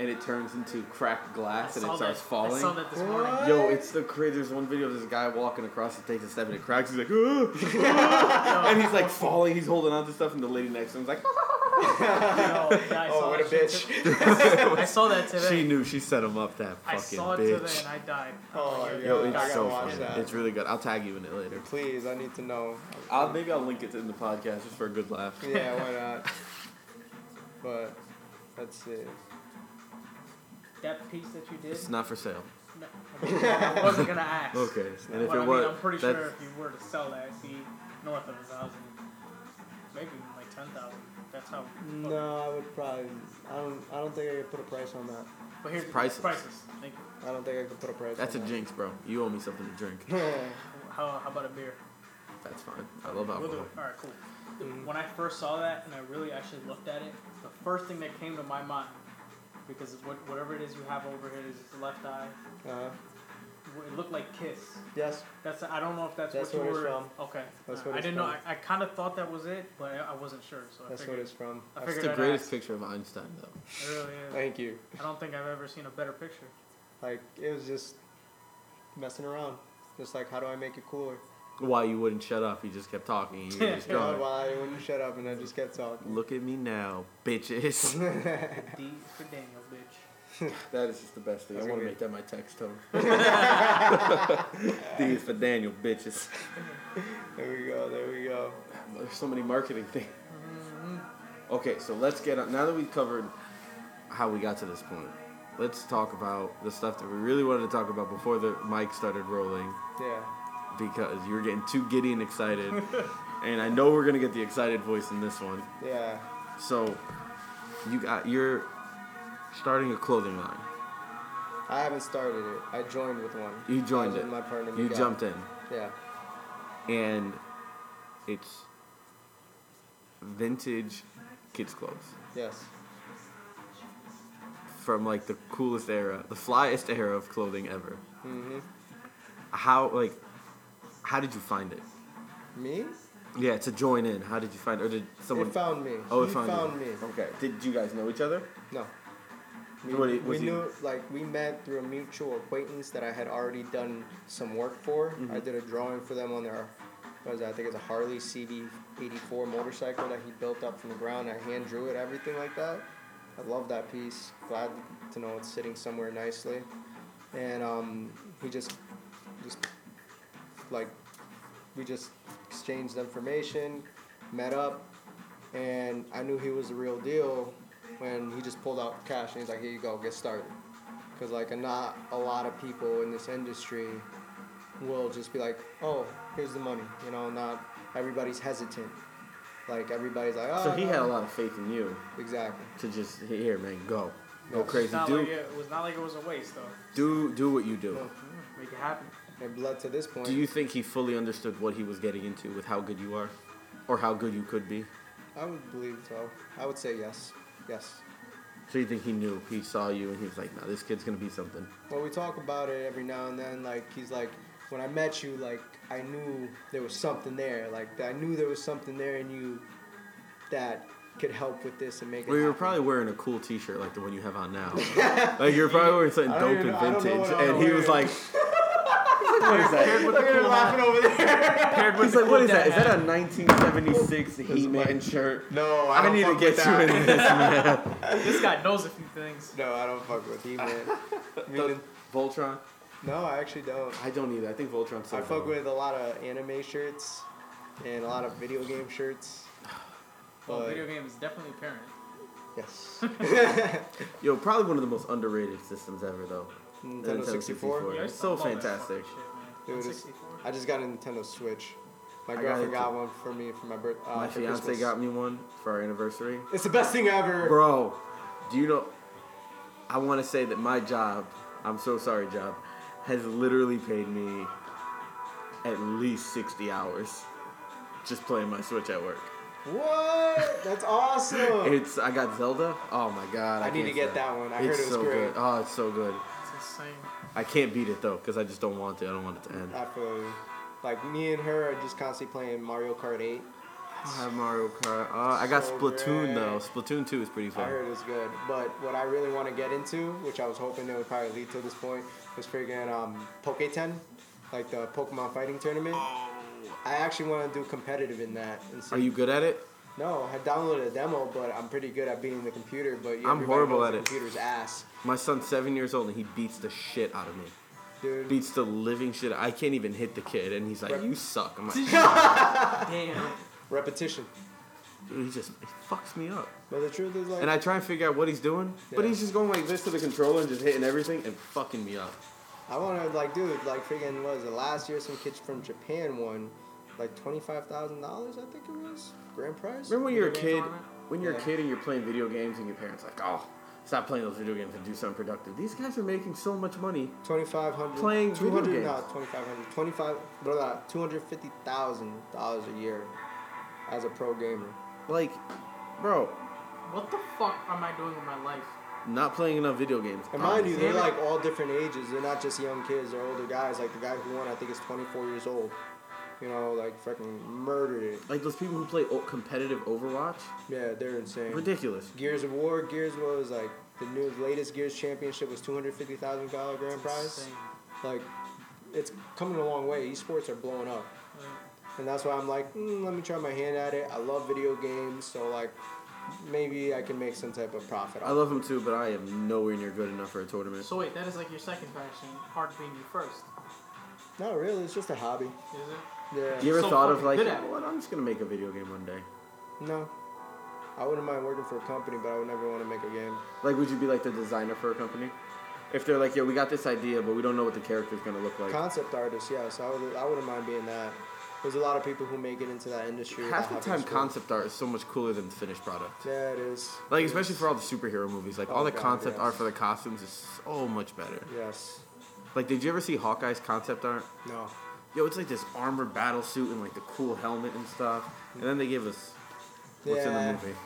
Speaker 2: and it turns into cracked glass and it
Speaker 3: saw
Speaker 2: starts
Speaker 3: that.
Speaker 2: falling.
Speaker 3: I saw that this morning.
Speaker 4: What?
Speaker 2: Yo, it's the crazy. There's one video of this guy walking across. He takes a step and it cracks. He's like, "Ooh," and he's like falling. He's holding on to stuff, and the lady next to him's like, "Ah."
Speaker 3: No, yeah, I
Speaker 4: Oh,
Speaker 3: saw
Speaker 4: what a
Speaker 3: that shit
Speaker 4: bitch.
Speaker 3: today. I saw that today.
Speaker 2: "She knew. She set him up. That
Speaker 3: I
Speaker 2: fucking
Speaker 3: saw it today
Speaker 2: bitch."
Speaker 3: and I died.
Speaker 4: Oh, my
Speaker 2: Yo,
Speaker 4: God, I
Speaker 2: it's
Speaker 4: gotta
Speaker 2: so
Speaker 4: watch
Speaker 2: funny.
Speaker 4: that.
Speaker 2: It's really good. I'll tag you in it later.
Speaker 4: Please, I need to know.
Speaker 2: I'll, maybe I'll link it in the podcast just for a good laugh.
Speaker 4: Yeah, why not? but that's it.
Speaker 3: That piece that you did.
Speaker 2: It's not for sale.
Speaker 3: No, I wasn't gonna ask.
Speaker 2: Okay. And if
Speaker 3: Well,
Speaker 2: it
Speaker 3: I
Speaker 2: was,
Speaker 3: mean, I'm pretty
Speaker 2: that's,
Speaker 3: sure if you were to sell that, it'd be north of a thousand, maybe like ten thousand. That's how.
Speaker 4: No, I would probably. I don't. I don't think I could put a price on that.
Speaker 3: But here's the
Speaker 2: prices.
Speaker 3: Prices. Thank you.
Speaker 4: I don't think I could put a price.
Speaker 2: that's a
Speaker 4: on that.
Speaker 2: jinx, bro. You owe me something to drink.
Speaker 3: How, how about a beer?
Speaker 2: That's fine. I love
Speaker 3: We'll do it.
Speaker 2: alcohol.
Speaker 3: All right, cool. When I first saw that and I really actually looked at it, the first thing that came to my mind, because it's what, whatever it is you have over here is the left eye.
Speaker 4: uh,
Speaker 3: It looked like Kiss.
Speaker 4: yes.
Speaker 3: That's I don't know if that's,
Speaker 4: That's
Speaker 3: what you
Speaker 4: what it's
Speaker 3: were.
Speaker 4: from.
Speaker 3: Okay.
Speaker 4: That's
Speaker 3: Alright,
Speaker 4: what
Speaker 3: I
Speaker 4: it's
Speaker 3: didn't know.
Speaker 4: from.
Speaker 3: I, I kind of thought that was it, but I, I wasn't sure. So I
Speaker 4: That's what
Speaker 3: figured,
Speaker 4: it's from.
Speaker 3: I
Speaker 2: That's
Speaker 3: figured
Speaker 2: the
Speaker 3: I'd
Speaker 2: greatest
Speaker 3: ask.
Speaker 2: picture of Einstein, though.
Speaker 3: It really is.
Speaker 4: Thank you.
Speaker 3: I don't think I've ever seen a better picture.
Speaker 4: Like it was just messing around. Just like how do I make it cooler?
Speaker 2: Why you wouldn't shut up? You just kept talking. You just
Speaker 4: You know,
Speaker 2: going,
Speaker 4: why I wouldn't shut up and I just kept talking.
Speaker 2: Look at me now, bitches.
Speaker 3: D for Daniel, bitch.
Speaker 2: that is just the best thing.
Speaker 4: That's
Speaker 2: I want
Speaker 4: gonna
Speaker 2: to make
Speaker 4: be-
Speaker 2: that my text tone. These for Daniel, bitches.
Speaker 4: There we go. There we go.
Speaker 2: There's so many marketing things.
Speaker 3: Mm-hmm.
Speaker 2: Okay, so let's get on. Now that we've covered how we got to this point, let's talk about the stuff that we really wanted to talk about before the mic started rolling
Speaker 4: Yeah.
Speaker 2: because you were getting too giddy and excited. and I know we're going to get the excited voice in this one.
Speaker 4: Yeah.
Speaker 2: So you got you're starting a clothing line.
Speaker 4: I haven't started it. I joined with one.
Speaker 2: You joined
Speaker 4: I was
Speaker 2: it.
Speaker 4: with My partner.
Speaker 2: You
Speaker 4: Miguel.
Speaker 2: jumped in
Speaker 4: Yeah.
Speaker 2: and it's vintage kids clothes.
Speaker 4: Yes.
Speaker 2: from like the coolest era, the flyest era of clothing ever.
Speaker 4: Mhm.
Speaker 2: How like, how did you find it?
Speaker 4: Me?
Speaker 2: Yeah, to join in. How did you find, or did someone?
Speaker 4: It found me.
Speaker 2: oh, it
Speaker 4: He
Speaker 2: found, you.
Speaker 4: me.
Speaker 2: Okay. Did you guys know each other?
Speaker 4: No. We,
Speaker 2: What it-
Speaker 4: we
Speaker 2: was you-
Speaker 4: knew, like, we met through a mutual acquaintance that I had already done some work for.
Speaker 2: Mm-hmm.
Speaker 4: I did a drawing for them on their, what was that? I think it's a Harley CB84 motorcycle that he built up from the ground. I hand drew it, everything like that. I love that piece. Glad to know it's sitting somewhere nicely. And um, he just, just, like, we just exchanged information, met up, and I knew he was the real deal when he just pulled out cash and he's like, "Here you go, get started." Because like, not a lot of people in this industry will just be like, "Oh, here's the money," you know. Not everybody's hesitant. Like everybody's like, "Oh."
Speaker 2: So he
Speaker 4: no."
Speaker 2: had a lot of faith in you
Speaker 4: exactly.
Speaker 2: to just here, man, go, go
Speaker 4: Yes.
Speaker 2: crazy,
Speaker 3: It's not
Speaker 2: do
Speaker 3: like it, it was not like it was a waste though.
Speaker 2: do do what you do.
Speaker 3: Make it happen.
Speaker 4: It led to this point.
Speaker 2: Do you think he fully understood what he was getting into with how good you are, or how good you could be?
Speaker 4: I would believe so. I would say yes. Yes.
Speaker 2: So you think he knew? He saw you and he was like, "No, this kid's gonna be something."
Speaker 4: Well, we talk about it every now and then. Like he's like, when I met you, like I knew there was something there. Like I knew there was something there in you that could help with this and make it.
Speaker 2: Well, you were
Speaker 4: happen.
Speaker 2: probably wearing a cool T-shirt like the one you have on now. like you're probably wearing something
Speaker 4: I don't
Speaker 2: dope
Speaker 4: even
Speaker 2: and
Speaker 4: know- I don't know
Speaker 2: vintage,
Speaker 4: what I'm
Speaker 2: and he was
Speaker 4: wearing.
Speaker 2: like,
Speaker 5: What is that?
Speaker 2: Paired with the
Speaker 4: Look at her
Speaker 2: cool hat.
Speaker 4: laughing over there.
Speaker 2: Paired with
Speaker 5: He's
Speaker 2: the
Speaker 5: like, what
Speaker 2: cool
Speaker 5: is that?
Speaker 2: dad
Speaker 5: Is that
Speaker 2: hat.
Speaker 5: a 1976 He-Man
Speaker 4: my-
Speaker 5: shirt?
Speaker 4: No, I,
Speaker 5: I
Speaker 4: don't
Speaker 5: need to
Speaker 4: fuck
Speaker 5: get
Speaker 4: with
Speaker 5: you
Speaker 4: that.
Speaker 5: in this, man.
Speaker 3: This guy knows a few things.
Speaker 4: No, I don't fuck with He-Man.
Speaker 2: The
Speaker 4: Meaning-
Speaker 2: Voltron?
Speaker 4: no, I actually don't.
Speaker 2: I don't either. I think Voltron's so
Speaker 4: I fuck
Speaker 2: dumb.
Speaker 4: with a lot of anime shirts and a lot of video game shirts.
Speaker 3: Well,
Speaker 4: But-
Speaker 3: video game is definitely apparent.
Speaker 4: Yes.
Speaker 2: Yo, probably one of the most underrated systems ever, though. The
Speaker 4: Nintendo 64.
Speaker 2: Yeah, it's
Speaker 3: I used to
Speaker 2: so
Speaker 3: love that
Speaker 2: fantastic.
Speaker 3: fucking shit, man.
Speaker 4: Dude, it's-
Speaker 3: 64.
Speaker 4: I just got a Nintendo Switch. My
Speaker 2: I got
Speaker 4: girlfriend
Speaker 2: it
Speaker 4: got,
Speaker 2: too.
Speaker 4: one for me for my birthday. Uh,
Speaker 2: My
Speaker 4: for
Speaker 2: fiance
Speaker 4: Christmas.
Speaker 2: got me one for our anniversary.
Speaker 4: It's the best thing ever.
Speaker 2: Bro, do you know? I want to say that my job, I'm so sorry, job, has literally paid me at least 60 hours just playing my Switch at work.
Speaker 4: What? That's awesome.
Speaker 2: It's I got Zelda. Oh my god!
Speaker 4: I need
Speaker 2: can't
Speaker 4: to get
Speaker 2: say.
Speaker 4: that one. I
Speaker 2: it's
Speaker 4: heard it was
Speaker 2: so
Speaker 4: great.
Speaker 2: good. Oh, it's so good.
Speaker 3: It's insane.
Speaker 2: I can't beat it though, cause I just don't want to. I don't want it to end.
Speaker 4: I feel you. Like me and her are just constantly playing Mario Kart 8.
Speaker 2: I have Mario Kart. Uh, I got
Speaker 4: So
Speaker 2: Splatoon
Speaker 4: great.
Speaker 2: though. Splatoon 2 is pretty
Speaker 4: I
Speaker 2: fun.
Speaker 4: heard it was good, but what I really want to get into, which I was hoping it would probably lead to this point, was freaking um, Poke Ten, like the Pokemon fighting tournament. I actually want to do competitive in that. And see.
Speaker 2: Oh. Are you good at it?
Speaker 4: No, I downloaded a demo, but I'm pretty good at beating the computer. But
Speaker 2: I'm
Speaker 4: everybody
Speaker 2: horrible
Speaker 4: knows
Speaker 2: at
Speaker 4: the
Speaker 2: it.
Speaker 4: Computer's ass,
Speaker 2: My son's seven years old and he beats the shit out of me.
Speaker 4: dude.
Speaker 2: Beats the living shit. I can't even hit the kid, and he's like, "You suck." I'm like,
Speaker 3: Damn.
Speaker 4: Repetition.
Speaker 2: dude, he just he fucks me up.
Speaker 4: But the truth is, like,
Speaker 2: And I try and figure out what he's doing, but
Speaker 4: Yeah.
Speaker 2: he's just going like this to the controller and just hitting everything and fucking me up.
Speaker 4: I want to like, dude, like freaking what is it? Last year, some kids from Japan won like twenty five thousand dollars, I think it was grand prize.
Speaker 2: Remember when you're a
Speaker 3: Video
Speaker 2: kid?
Speaker 3: games on
Speaker 2: When you're
Speaker 4: Yeah.
Speaker 2: a kid and you're playing video games and your parents like, "Oh, stop playing those video games and do something productive." These guys are making so much money.
Speaker 4: Twenty five hundred.
Speaker 2: Playing
Speaker 4: two
Speaker 2: video
Speaker 4: hundred.
Speaker 2: games.
Speaker 4: No, twenty five hundred. Twenty five. Blah. Two hundred fifty thousand dollars a year as a pro gamer.
Speaker 2: Like, bro,
Speaker 3: What the fuck am I doing with my life?
Speaker 2: not playing enough video games.
Speaker 4: And mind you,
Speaker 2: obviously.
Speaker 4: they're
Speaker 3: Damn it.
Speaker 4: like all different ages. They're not just young kids. They're older guys. Like the guy who won, I think, is twenty four years old. You know, like freaking murdered it.
Speaker 2: like those people who play o- competitive Overwatch,
Speaker 4: Yeah, they're insane.
Speaker 2: ridiculous.
Speaker 4: Gears of War. Gears was like the new latest Gears championship was two hundred fifty thousand dollar grand prize.
Speaker 3: Insane.
Speaker 4: Like, it's coming a long way. Esports are blowing up,
Speaker 3: Like,
Speaker 4: and that's why I'm like, mm, let me try my hand at it. I love video games, so like, maybe I can make some type of profit.
Speaker 2: I
Speaker 4: off
Speaker 2: love him too, but I am nowhere near good enough for a tournament.
Speaker 3: So wait, that is like your second passion. Art being your first,
Speaker 4: it. Not really. It's just a hobby.
Speaker 3: is it?
Speaker 4: Yeah.
Speaker 2: You ever
Speaker 3: so
Speaker 2: thought of
Speaker 3: fucking
Speaker 2: like, you
Speaker 3: good at
Speaker 2: know
Speaker 3: it.
Speaker 2: what? I'm just gonna make a video game one day.
Speaker 4: No. I wouldn't mind working for a company, but I would never want to make a game.
Speaker 2: Like, would you be like the designer for a company? If they're like, yeah, we got this idea, but we don't know what the character's gonna look like.
Speaker 4: Concept artist, yes, I would. I wouldn't mind being that. There's a lot of people who make it into that industry.
Speaker 2: Half the
Speaker 4: without
Speaker 2: time,
Speaker 4: having school.
Speaker 2: concept art is so much cooler than the finished product.
Speaker 4: Yeah, it is.
Speaker 2: Like, especially for all the superhero movies, like
Speaker 4: Oh
Speaker 2: all the
Speaker 4: God,
Speaker 2: concept
Speaker 4: yes.
Speaker 2: art for the costumes is so much better.
Speaker 4: Yes.
Speaker 2: Like, did you ever see Hawkeye's concept art?
Speaker 4: No.
Speaker 2: Yo, it's like this armored battle suit and like the cool helmet and stuff. And then they give us what's
Speaker 4: Yeah.
Speaker 2: in the movie.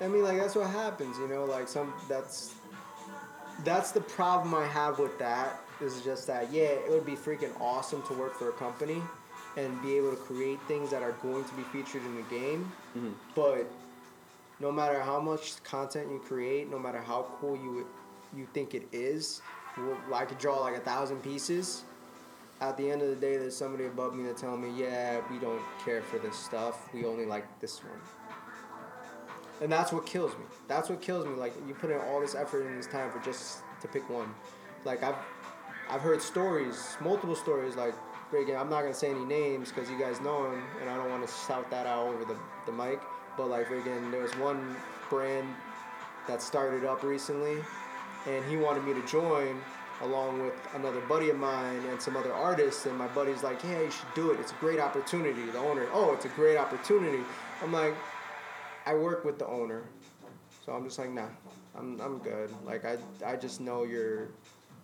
Speaker 4: I mean, like that's what happens, you know. Like some that's that's the problem I have with that is just that. Yeah, it would be freaking awesome to work for a company and be able to create things that are going to be featured in the game,
Speaker 2: Mm-hmm.
Speaker 4: but no matter how much content you create, no matter how cool you you think it is, wh- I could draw like a thousand pieces. At the end of the day, there's somebody above me that tell me, "Yeah, we don't care for this stuff. We only like this one." And that's what kills me. That's what kills me. Like you put in all this effort and this time for just to pick one. Like I've I've heard stories, multiple stories. Like again, I'm not gonna say any names because you guys know them, and I don't want to shout that out over the the mic. But like again, there was one brand that started up recently, and he wanted me to join along with another buddy of mine and some other artists and my buddy's like hey you should do it it's a great opportunity the owner oh it's a great opportunity i'm like I work with the owner, so I'm just like, nah, I'm, I'm good. Like I, I just know your,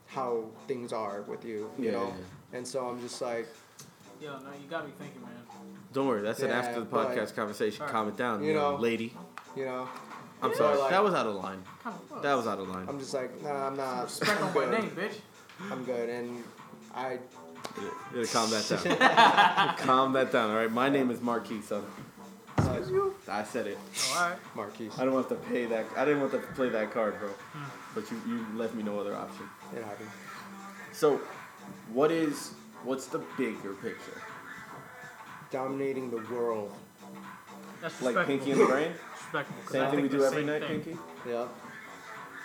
Speaker 4: how things are with you, you
Speaker 2: Yeah,
Speaker 4: know.
Speaker 2: yeah,
Speaker 4: And so I'm just like,
Speaker 3: Yo, no, you got me thinking, man.
Speaker 2: Don't worry, that's an
Speaker 4: Yeah,
Speaker 2: after the
Speaker 4: but-
Speaker 2: podcast conversation.
Speaker 3: Alright.
Speaker 2: Calm it down,
Speaker 4: You
Speaker 2: you
Speaker 4: know.
Speaker 2: know, lady.
Speaker 4: you know,
Speaker 2: I'm
Speaker 4: Yeah.
Speaker 2: sorry,
Speaker 4: Like-
Speaker 2: that was out of line.
Speaker 3: Kind of fuck.
Speaker 2: That was out of line.
Speaker 4: I'm just like, nah, I'm not.
Speaker 3: Spread
Speaker 4: I'm
Speaker 3: on my name,
Speaker 4: good.
Speaker 3: bitch.
Speaker 4: I'm good. And I,
Speaker 2: You gotta calm that down. calm that down. All right, my name is Marquis, son.
Speaker 4: uh,
Speaker 2: I said it.
Speaker 3: All right.
Speaker 4: Marquise,
Speaker 2: I don't want to pay that. I didn't want to play that card, bro. But you, you left me no other option.
Speaker 4: it happened.
Speaker 2: So, what is What's the bigger picture?
Speaker 4: Dominating the world.
Speaker 3: That's
Speaker 2: Like
Speaker 3: respectable.
Speaker 2: Pinky and the Brain?
Speaker 3: Respectable, 'cause I
Speaker 2: Same thing we
Speaker 3: think
Speaker 2: do
Speaker 3: the
Speaker 2: every
Speaker 3: same
Speaker 2: night,
Speaker 3: thing.
Speaker 2: Pinky?
Speaker 4: Yeah.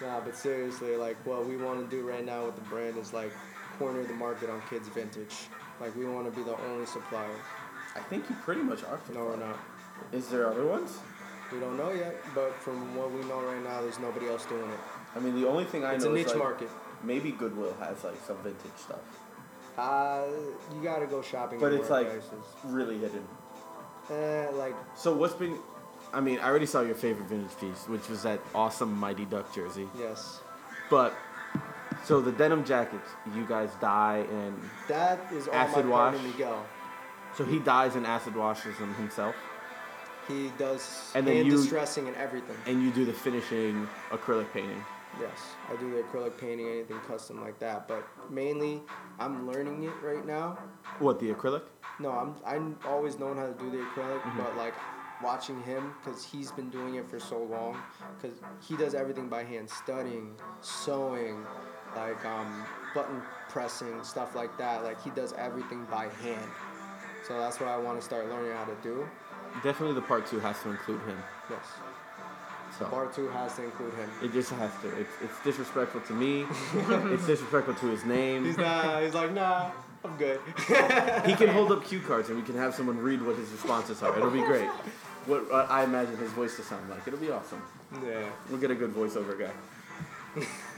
Speaker 4: Nah, but seriously, like what we want to do right now with the brand is like corner the market on kids vintage. Like we want to be the only supplier.
Speaker 2: I think you pretty much are.
Speaker 4: No, we're not.
Speaker 2: Is there other ones?
Speaker 4: We don't know yet, but from what we know right now, there's nobody else doing it.
Speaker 2: I mean, the only thing I
Speaker 4: It's a
Speaker 2: know
Speaker 4: niche
Speaker 2: is like,
Speaker 4: market.
Speaker 2: maybe Goodwill has like some vintage stuff,
Speaker 4: Uh, you gotta go shopping.
Speaker 2: but
Speaker 4: at
Speaker 2: it's
Speaker 4: more
Speaker 2: like
Speaker 4: places.
Speaker 2: really hidden.
Speaker 4: eh, like
Speaker 2: So what's been? I mean, I already saw your favorite vintage piece, which was that awesome Mighty Duck jersey.
Speaker 4: yes,
Speaker 2: But so the denim jackets, you guys dye and
Speaker 4: that is all
Speaker 2: Acid
Speaker 4: my
Speaker 2: wash.
Speaker 4: partner Miguel.
Speaker 2: so he dyes and acid washes them himself,
Speaker 4: He does
Speaker 2: And
Speaker 4: and
Speaker 2: then
Speaker 4: hand
Speaker 2: you-
Speaker 4: distressing and everything.
Speaker 2: and you do the finishing acrylic painting.
Speaker 4: Yes, I do the acrylic painting, anything custom like that. But mainly, I'm learning it right now.
Speaker 2: What the acrylic?
Speaker 4: No, I'm I'm always known how to do the acrylic, but like watching him because he's been doing it for so long, because he does everything by hand, studying, sewing, like um, button pressing stuff like that. Like he does everything by hand. So that's what I want to start learning how to do.
Speaker 2: Definitely the part two has to include him.
Speaker 4: Yes,
Speaker 2: So.
Speaker 4: part two has to include him.
Speaker 2: It just has to. It's, it's disrespectful to me. it's disrespectful to his name.
Speaker 4: He's nah. He's like nah. I'm good.
Speaker 2: He can hold up cue cards and we can have someone read what his responses are. It'll be great. What uh, I imagine his voice to sound like. It'll be awesome.
Speaker 4: yeah.
Speaker 2: We'll get a good voiceover guy.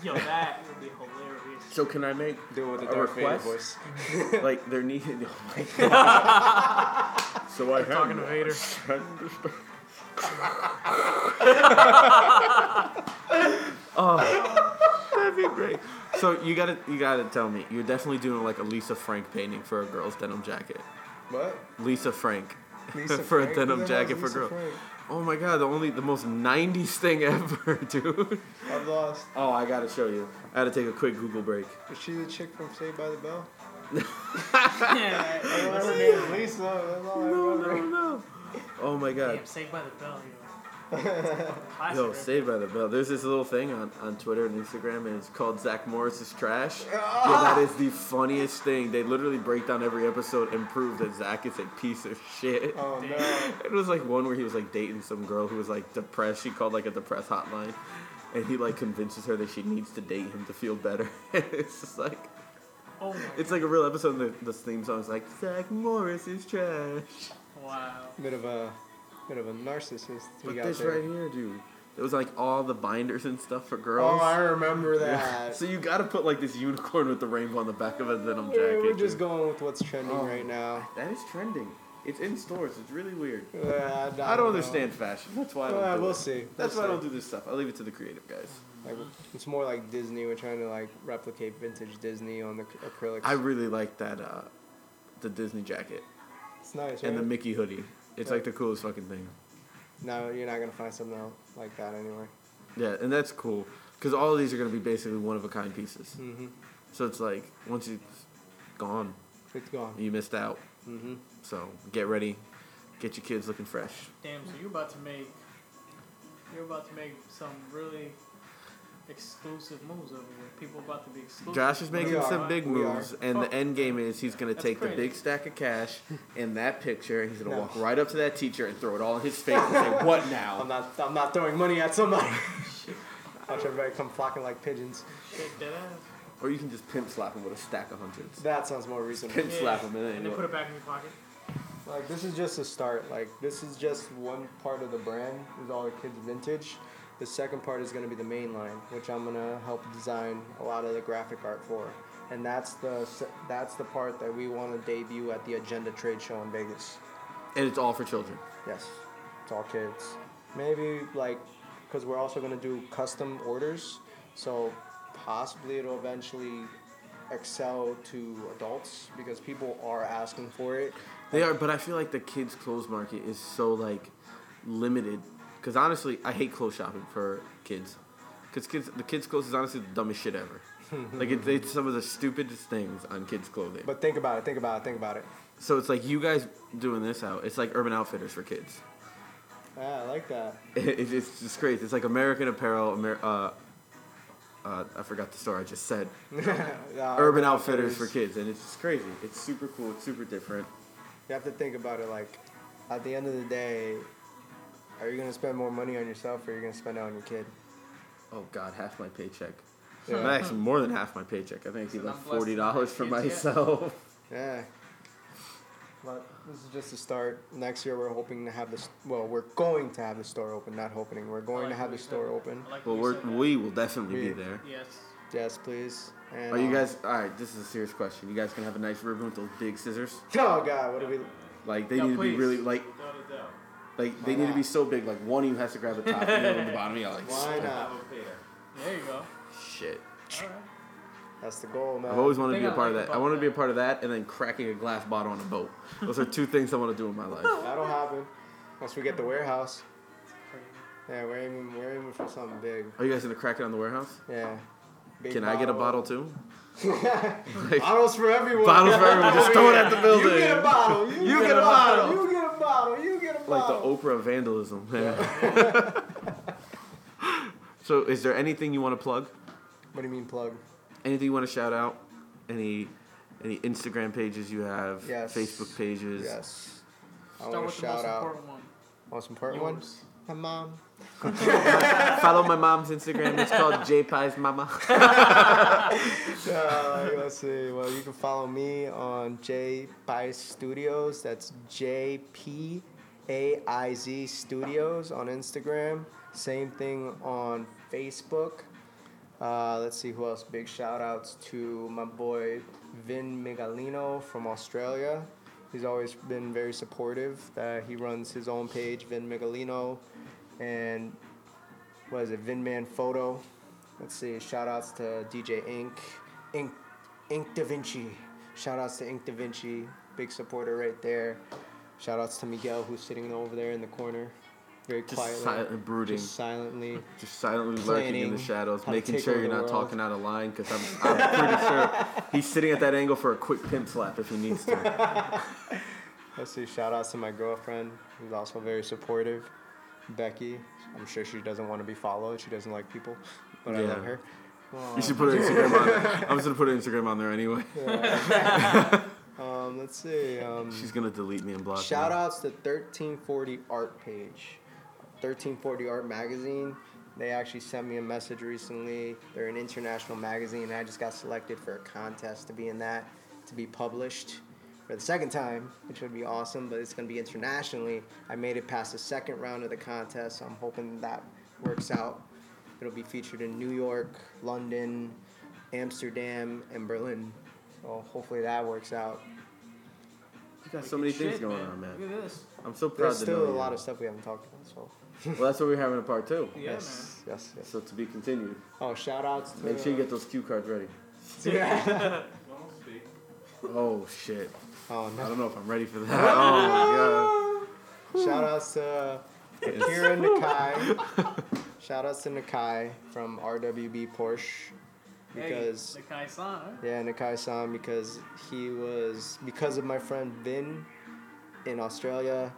Speaker 3: Yo, that would be hilarious.
Speaker 2: So can I make
Speaker 4: Do it with a
Speaker 2: a
Speaker 4: Darth Vader
Speaker 2: request?
Speaker 4: voice.
Speaker 2: like they're needed? Oh my god. so I
Speaker 3: Talking to
Speaker 2: have.
Speaker 3: Vader.
Speaker 2: That'd be great. So you gotta you gotta tell me you're definitely doing like a Lisa Frank painting for a girl's denim jacket.
Speaker 4: What?
Speaker 2: Lisa Frank.
Speaker 4: Lisa
Speaker 2: for
Speaker 4: Frank?
Speaker 2: a denim
Speaker 4: Who the hell is
Speaker 2: jacket for a
Speaker 4: Lisa
Speaker 2: girl.
Speaker 4: Frank?
Speaker 2: Oh my god, the only the most 90s thing ever, dude.
Speaker 4: I've lost.
Speaker 2: Oh, I gotta show you. I gotta take a quick Google break.
Speaker 4: Is she the chick from Saved by the Bell?
Speaker 3: Yeah.
Speaker 4: I remember her name is Lisa. That's all I
Speaker 2: No,
Speaker 4: remember.
Speaker 2: no, no. Oh my god.
Speaker 3: Damn, Saved by the Bell, yo.
Speaker 2: Yo, Saved by the Bell. There's this little thing on, on Twitter and Instagram, and it's called Zach Morris's Trash. Yo, that is the funniest thing. They literally break down every episode and prove that Zach is a piece of shit.
Speaker 4: Oh no.
Speaker 2: It was like one where he was like dating some girl who was like depressed. She called like a depressed hotline, and he like convinces her that she needs to date him to feel better. it's just like
Speaker 3: Oh my
Speaker 2: it's like a real episode. And the, the theme song is like Zach Morris is trash.
Speaker 3: wow.
Speaker 4: Bit of a bit of a narcissist. we
Speaker 2: But
Speaker 4: got
Speaker 2: this
Speaker 4: there.
Speaker 2: right here, dude, it was like all the binders and stuff for
Speaker 4: Oh,
Speaker 2: girls.
Speaker 4: I remember that.
Speaker 2: so you got to put like this unicorn with the rainbow on the back of a denim
Speaker 4: Yeah,
Speaker 2: jacket.
Speaker 4: we're just
Speaker 2: dude.
Speaker 4: going with what's trending
Speaker 2: Oh.
Speaker 4: right now.
Speaker 2: that is trending. It's in stores. It's really weird.
Speaker 4: Uh, I don't,
Speaker 2: I
Speaker 4: know.
Speaker 2: don't understand fashion. That's why I don't.
Speaker 4: Uh,
Speaker 2: do
Speaker 4: we'll
Speaker 2: it.
Speaker 4: see.
Speaker 2: That's why
Speaker 4: We'll
Speaker 2: I
Speaker 4: see.
Speaker 2: don't do this stuff. I leave it to the creative guys.
Speaker 4: Like, it's more like Disney. We're trying to like replicate vintage Disney on the ac- acrylics.
Speaker 2: I really like that uh, the Disney jacket
Speaker 4: it's nice, right?
Speaker 2: and the Mickey hoodie. It's like the
Speaker 4: Yeah.
Speaker 2: coolest fucking thing.
Speaker 4: no, you're not gonna find something else like that anywhere.
Speaker 2: Yeah, and that's cool because all of these are gonna be basically one of a kind pieces.
Speaker 4: Mhm.
Speaker 2: So it's like once it's gone,
Speaker 4: It's gone.
Speaker 2: you missed out.
Speaker 4: Mhm.
Speaker 2: So get ready, get your kids looking fresh.
Speaker 3: Damn, so you're about to make you're about to make some really exclusive moves over here. People about to be exclusive.
Speaker 2: Josh is making
Speaker 4: We are.
Speaker 2: some big
Speaker 4: We are.
Speaker 2: moves, and the end game is he's gonna
Speaker 3: That's
Speaker 2: take the
Speaker 3: crazy.
Speaker 2: big stack of cash and that picture, and he's gonna
Speaker 4: No.
Speaker 2: walk right up to that teacher and throw it all in his face and say, "What
Speaker 4: I'm
Speaker 2: now?"
Speaker 4: not. I'm not throwing money at somebody. Watch everybody come flocking like pigeons.
Speaker 3: Shit, dead ass.
Speaker 2: Or you can just pimp slap him with a stack of hundreds.
Speaker 4: That sounds more reasonable.
Speaker 2: Pimp slap him, and then
Speaker 3: And then
Speaker 2: what?
Speaker 3: put it back in your pocket.
Speaker 4: Like this is just a start. Like this is just one part of the brand. Is all the kids vintage. The second part is going to be the main line, which I'm going to help design a lot of the graphic art for. And that's the s- that's the part that we want to debut at the Agenda Trade Show in Vegas.
Speaker 2: and it's all for children.
Speaker 4: Yes, it's all kids. Maybe like because we're also going to do custom orders, so possibly it'll eventually excel to adults because people are asking for it.
Speaker 2: They are, but I feel like the kids' clothes market is so like limited. Because honestly, I hate clothes shopping for kids. Because kids, the kids' clothes is honestly the dumbest shit ever. like it's, it's some of the stupidest things on kids' clothing.
Speaker 4: But think about it. Think about it. Think about it.
Speaker 2: so it's like you guys doing this out. It's like Urban Outfitters for kids.
Speaker 4: Yeah, Ah, I like that.
Speaker 2: It, it's just crazy. It's like American Apparel, Amer- uh, uh, I forgot the store I just said.
Speaker 4: Yeah,
Speaker 2: Urban Outfitters for kids, and it's just crazy. It's super cool. It's super different.
Speaker 4: You have to think about it like, at the end of the day, are you gonna spend more money on yourself or are you gonna spend it on your kid?
Speaker 2: Oh God, half my paycheck.
Speaker 4: Yeah.
Speaker 2: Not Actually, more than half my paycheck. I think he
Speaker 3: So
Speaker 2: left
Speaker 3: not less
Speaker 2: forty
Speaker 3: than
Speaker 2: dollars for
Speaker 3: my kids yet?
Speaker 2: myself.
Speaker 4: Yeah. But this is just a start. Next year, we're hoping to have this. Well, we're going to have the store open, not hoping. We're
Speaker 3: I
Speaker 4: going
Speaker 3: like
Speaker 4: to have
Speaker 3: what
Speaker 4: the
Speaker 3: you said.
Speaker 4: store open.
Speaker 3: I like
Speaker 2: Well,
Speaker 3: what
Speaker 2: we're,
Speaker 3: you said.
Speaker 2: we will definitely be
Speaker 4: Yeah.
Speaker 2: there.
Speaker 3: Yes.
Speaker 4: Yes, please. And,
Speaker 2: Are you
Speaker 4: um,
Speaker 2: guys all right? This is a serious question. You guys gonna have a nice ribbon with those big scissors?
Speaker 4: Oh God, what are we?
Speaker 2: Like they
Speaker 3: Yeah,
Speaker 2: need to be
Speaker 3: please.
Speaker 2: really like
Speaker 3: Without a doubt.
Speaker 2: like they need to be
Speaker 4: not?
Speaker 2: so big. Like one of you has to grab the top, and the other one the bottom. You're like
Speaker 4: Why not?
Speaker 3: There you go. All
Speaker 2: shit.
Speaker 3: right.
Speaker 4: That's the goal, man.
Speaker 2: I've always wanted to be
Speaker 3: Thing
Speaker 2: a
Speaker 3: I
Speaker 2: part of
Speaker 3: like
Speaker 2: that. I
Speaker 3: about
Speaker 2: want to be a
Speaker 3: that-
Speaker 2: part of that, and then cracking a glass bottle on a boat. Those are two things I want to do in my life.
Speaker 4: That'll happen once we get the warehouse.
Speaker 3: Pretty good.
Speaker 4: Yeah, we're aiming. We're aiming for something big.
Speaker 2: Are you guys gonna crack it on the warehouse?
Speaker 4: Yeah. Big
Speaker 2: Can I get a bottle too? Like,
Speaker 4: Bottles for everyone.
Speaker 2: bottles for everyone. Just throw it at the building.
Speaker 4: You get a bottle. You,
Speaker 2: You
Speaker 4: get,
Speaker 2: get
Speaker 4: a
Speaker 2: a
Speaker 4: bottle. You get a bottle. You get a bottle.
Speaker 2: like the Oprah vandalism. so, is there anything you want to plug?
Speaker 4: what do you mean plug?
Speaker 2: Anything you want to shout out? Any any Instagram pages you have?
Speaker 4: Yes.
Speaker 2: Facebook pages?
Speaker 4: Yes. I
Speaker 3: Start
Speaker 4: want
Speaker 3: with
Speaker 4: to
Speaker 3: the most
Speaker 4: shout out.
Speaker 3: important one.
Speaker 4: Most important one.
Speaker 3: Yours.
Speaker 4: My mom.
Speaker 2: Follow my mom's Instagram. It's called JPie's Mama.
Speaker 4: Uh, let's see. Well, you can follow me on J Pies Studios. That's J P A I Z Studios on Instagram. Same thing on Facebook. Uh, let's see who else. Big shout outs to my boy Vin Migalino from Australia. He's always been very supportive. Uh, he runs his own page, Vin Migalino, and what is it, Vin Man Photo. Let's see, shout outs to DJ Ink, Ink, Ink Da Vinci. Shout outs to Ink Da Vinci, big supporter right there. Shout outs to Miguel, who's sitting over there in the corner, very
Speaker 2: Just
Speaker 4: quietly,
Speaker 2: silent brooding.
Speaker 4: just silently.
Speaker 2: Just silently lurking in
Speaker 4: Planning
Speaker 2: the shadows,
Speaker 4: how to
Speaker 2: making
Speaker 4: take
Speaker 2: sure
Speaker 4: over
Speaker 2: you're
Speaker 4: the
Speaker 2: not
Speaker 4: world.
Speaker 2: talking out of line, because I'm, I'm pretty sure he's sitting at that angle for a quick pimp slap if he needs to.
Speaker 4: Let's see, shout outs to my girlfriend, who's also very supportive, Becky. I'm sure she doesn't want to be followed. She doesn't like people, but I
Speaker 2: Yeah.
Speaker 4: love her.
Speaker 2: You should put her Instagram on there. I'm just going to put her Instagram on there anyway.
Speaker 4: Um, let's see. Um,
Speaker 2: She's going to delete me and block
Speaker 4: shout
Speaker 2: me.
Speaker 4: outs to 1340 Art page, 1340 Art magazine. They actually sent me a message recently. They're an international magazine, and I just got selected for a contest to be in that, to be published for the second time, which would be awesome. But it's going to be internationally. I made it past the second round of the contest, so I'm hoping that works out. It'll be featured in New York, London, Amsterdam, and Berlin. So hopefully that works out.
Speaker 2: You got
Speaker 3: Like,
Speaker 2: so many
Speaker 3: good
Speaker 2: things
Speaker 3: shit,
Speaker 2: going on, man.
Speaker 3: Look at this.
Speaker 2: I'm so proud
Speaker 4: There's
Speaker 2: to know
Speaker 4: still a
Speaker 2: you.
Speaker 4: lot of stuff we haven't talked about, so.
Speaker 2: Well, that's what we're having a part two.
Speaker 3: Yeah,
Speaker 4: yes, yes, yes.
Speaker 2: So to be continued.
Speaker 4: Oh, shout outs to.
Speaker 2: Make sure you get those cue cards ready. Oh shit!
Speaker 4: Oh,
Speaker 2: I
Speaker 4: no.
Speaker 2: don't know if I'm ready for that. Oh
Speaker 4: Shout outs to
Speaker 2: my god! It's-
Speaker 4: Kira Nakai. shout outs to Nakai from RWB Porsche.
Speaker 3: man.
Speaker 4: Because,
Speaker 3: hey, Nakai san, huh?
Speaker 4: yeah, Nakai san, because he was, because of my friend Vin in Australia,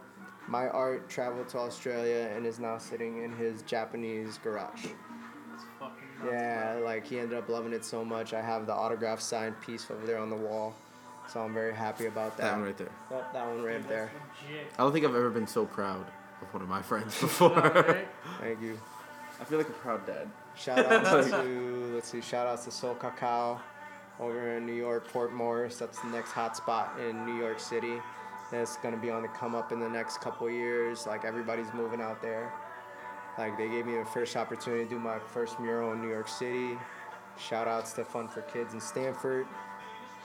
Speaker 4: my art traveled to Australia and is now sitting in his Japanese garage.
Speaker 3: It's fucking nuts, man.
Speaker 4: Yeah, like he ended up loving it so much. I have the autograph signed piece over there on the wall, so I'm very happy about that.
Speaker 2: That one right there.
Speaker 4: That, that one right
Speaker 3: That's
Speaker 4: there.
Speaker 3: legit.
Speaker 2: I don't think I've ever been so proud of one of my friends before.
Speaker 3: Alright.
Speaker 4: Thank you.
Speaker 2: I feel like a proud dad.
Speaker 4: Shout out to let's see, shout outs to Soul Cacao over in New York, Port Morris. That's the next hot spot in New York City. That's gonna be on the come up in the next couple of years. Like everybody's moving out there. Like they gave me the first opportunity to do my first mural in New York City. Shout outs to Fun for Kids in Stanford.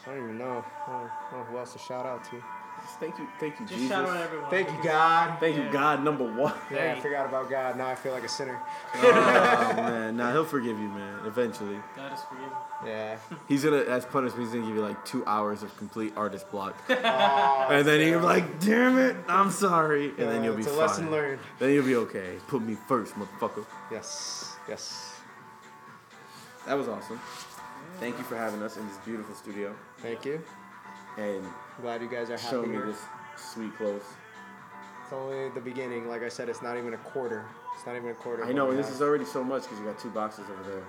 Speaker 4: I don't even know. I don't I don't know who else to shout out to.
Speaker 2: Thank you, thank you,
Speaker 3: Just
Speaker 2: Jesus.
Speaker 3: shout out everyone.
Speaker 4: Thank you, God.
Speaker 2: Thank you, God. Number one.
Speaker 4: Yeah, I forgot about God. Now I feel like a sinner.
Speaker 2: Oh man, nah, he'll forgive you, man. Eventually,
Speaker 3: That is for you.
Speaker 4: Yeah.
Speaker 2: he's gonna, as punishment, he's gonna give you like two hours of complete artist block, and then you're like, Oh, "Damn it, I'm sorry," and then
Speaker 4: Uh,
Speaker 2: you'll be
Speaker 4: it's a
Speaker 2: fine.
Speaker 4: lesson learned.
Speaker 2: Then you'll be okay. Put me first, motherfucker.
Speaker 4: Yes. Yes.
Speaker 2: That was awesome. Thank you for having us in this beautiful studio
Speaker 4: Thank you.
Speaker 2: and
Speaker 4: Glad you guys are happy.
Speaker 2: showing me
Speaker 4: here.
Speaker 2: this sweet clothes.
Speaker 4: It's only the beginning. Like I said, it's not even a quarter. It's not even a quarter. of
Speaker 2: I
Speaker 4: what
Speaker 2: know,
Speaker 4: we
Speaker 2: and this
Speaker 4: have.
Speaker 2: is already so much because you got two boxes over there.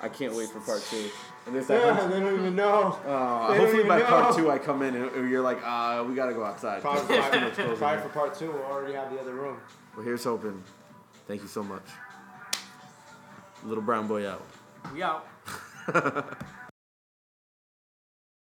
Speaker 2: I can't wait for part two. And this
Speaker 4: Yeah,
Speaker 2: happens.
Speaker 4: they don't even know.
Speaker 2: Uh,
Speaker 4: They don't
Speaker 2: hopefully
Speaker 4: even
Speaker 2: by part
Speaker 4: know.
Speaker 2: two I come in and and you're like, uh, we gotta go outside.
Speaker 4: Probably,
Speaker 2: There's too much
Speaker 4: probably,
Speaker 2: clothes in
Speaker 4: probably
Speaker 2: here.
Speaker 4: for part two, we'll already have the other room.
Speaker 2: Well, here's hoping. Thank you so much. Little brown boy out.
Speaker 3: We out.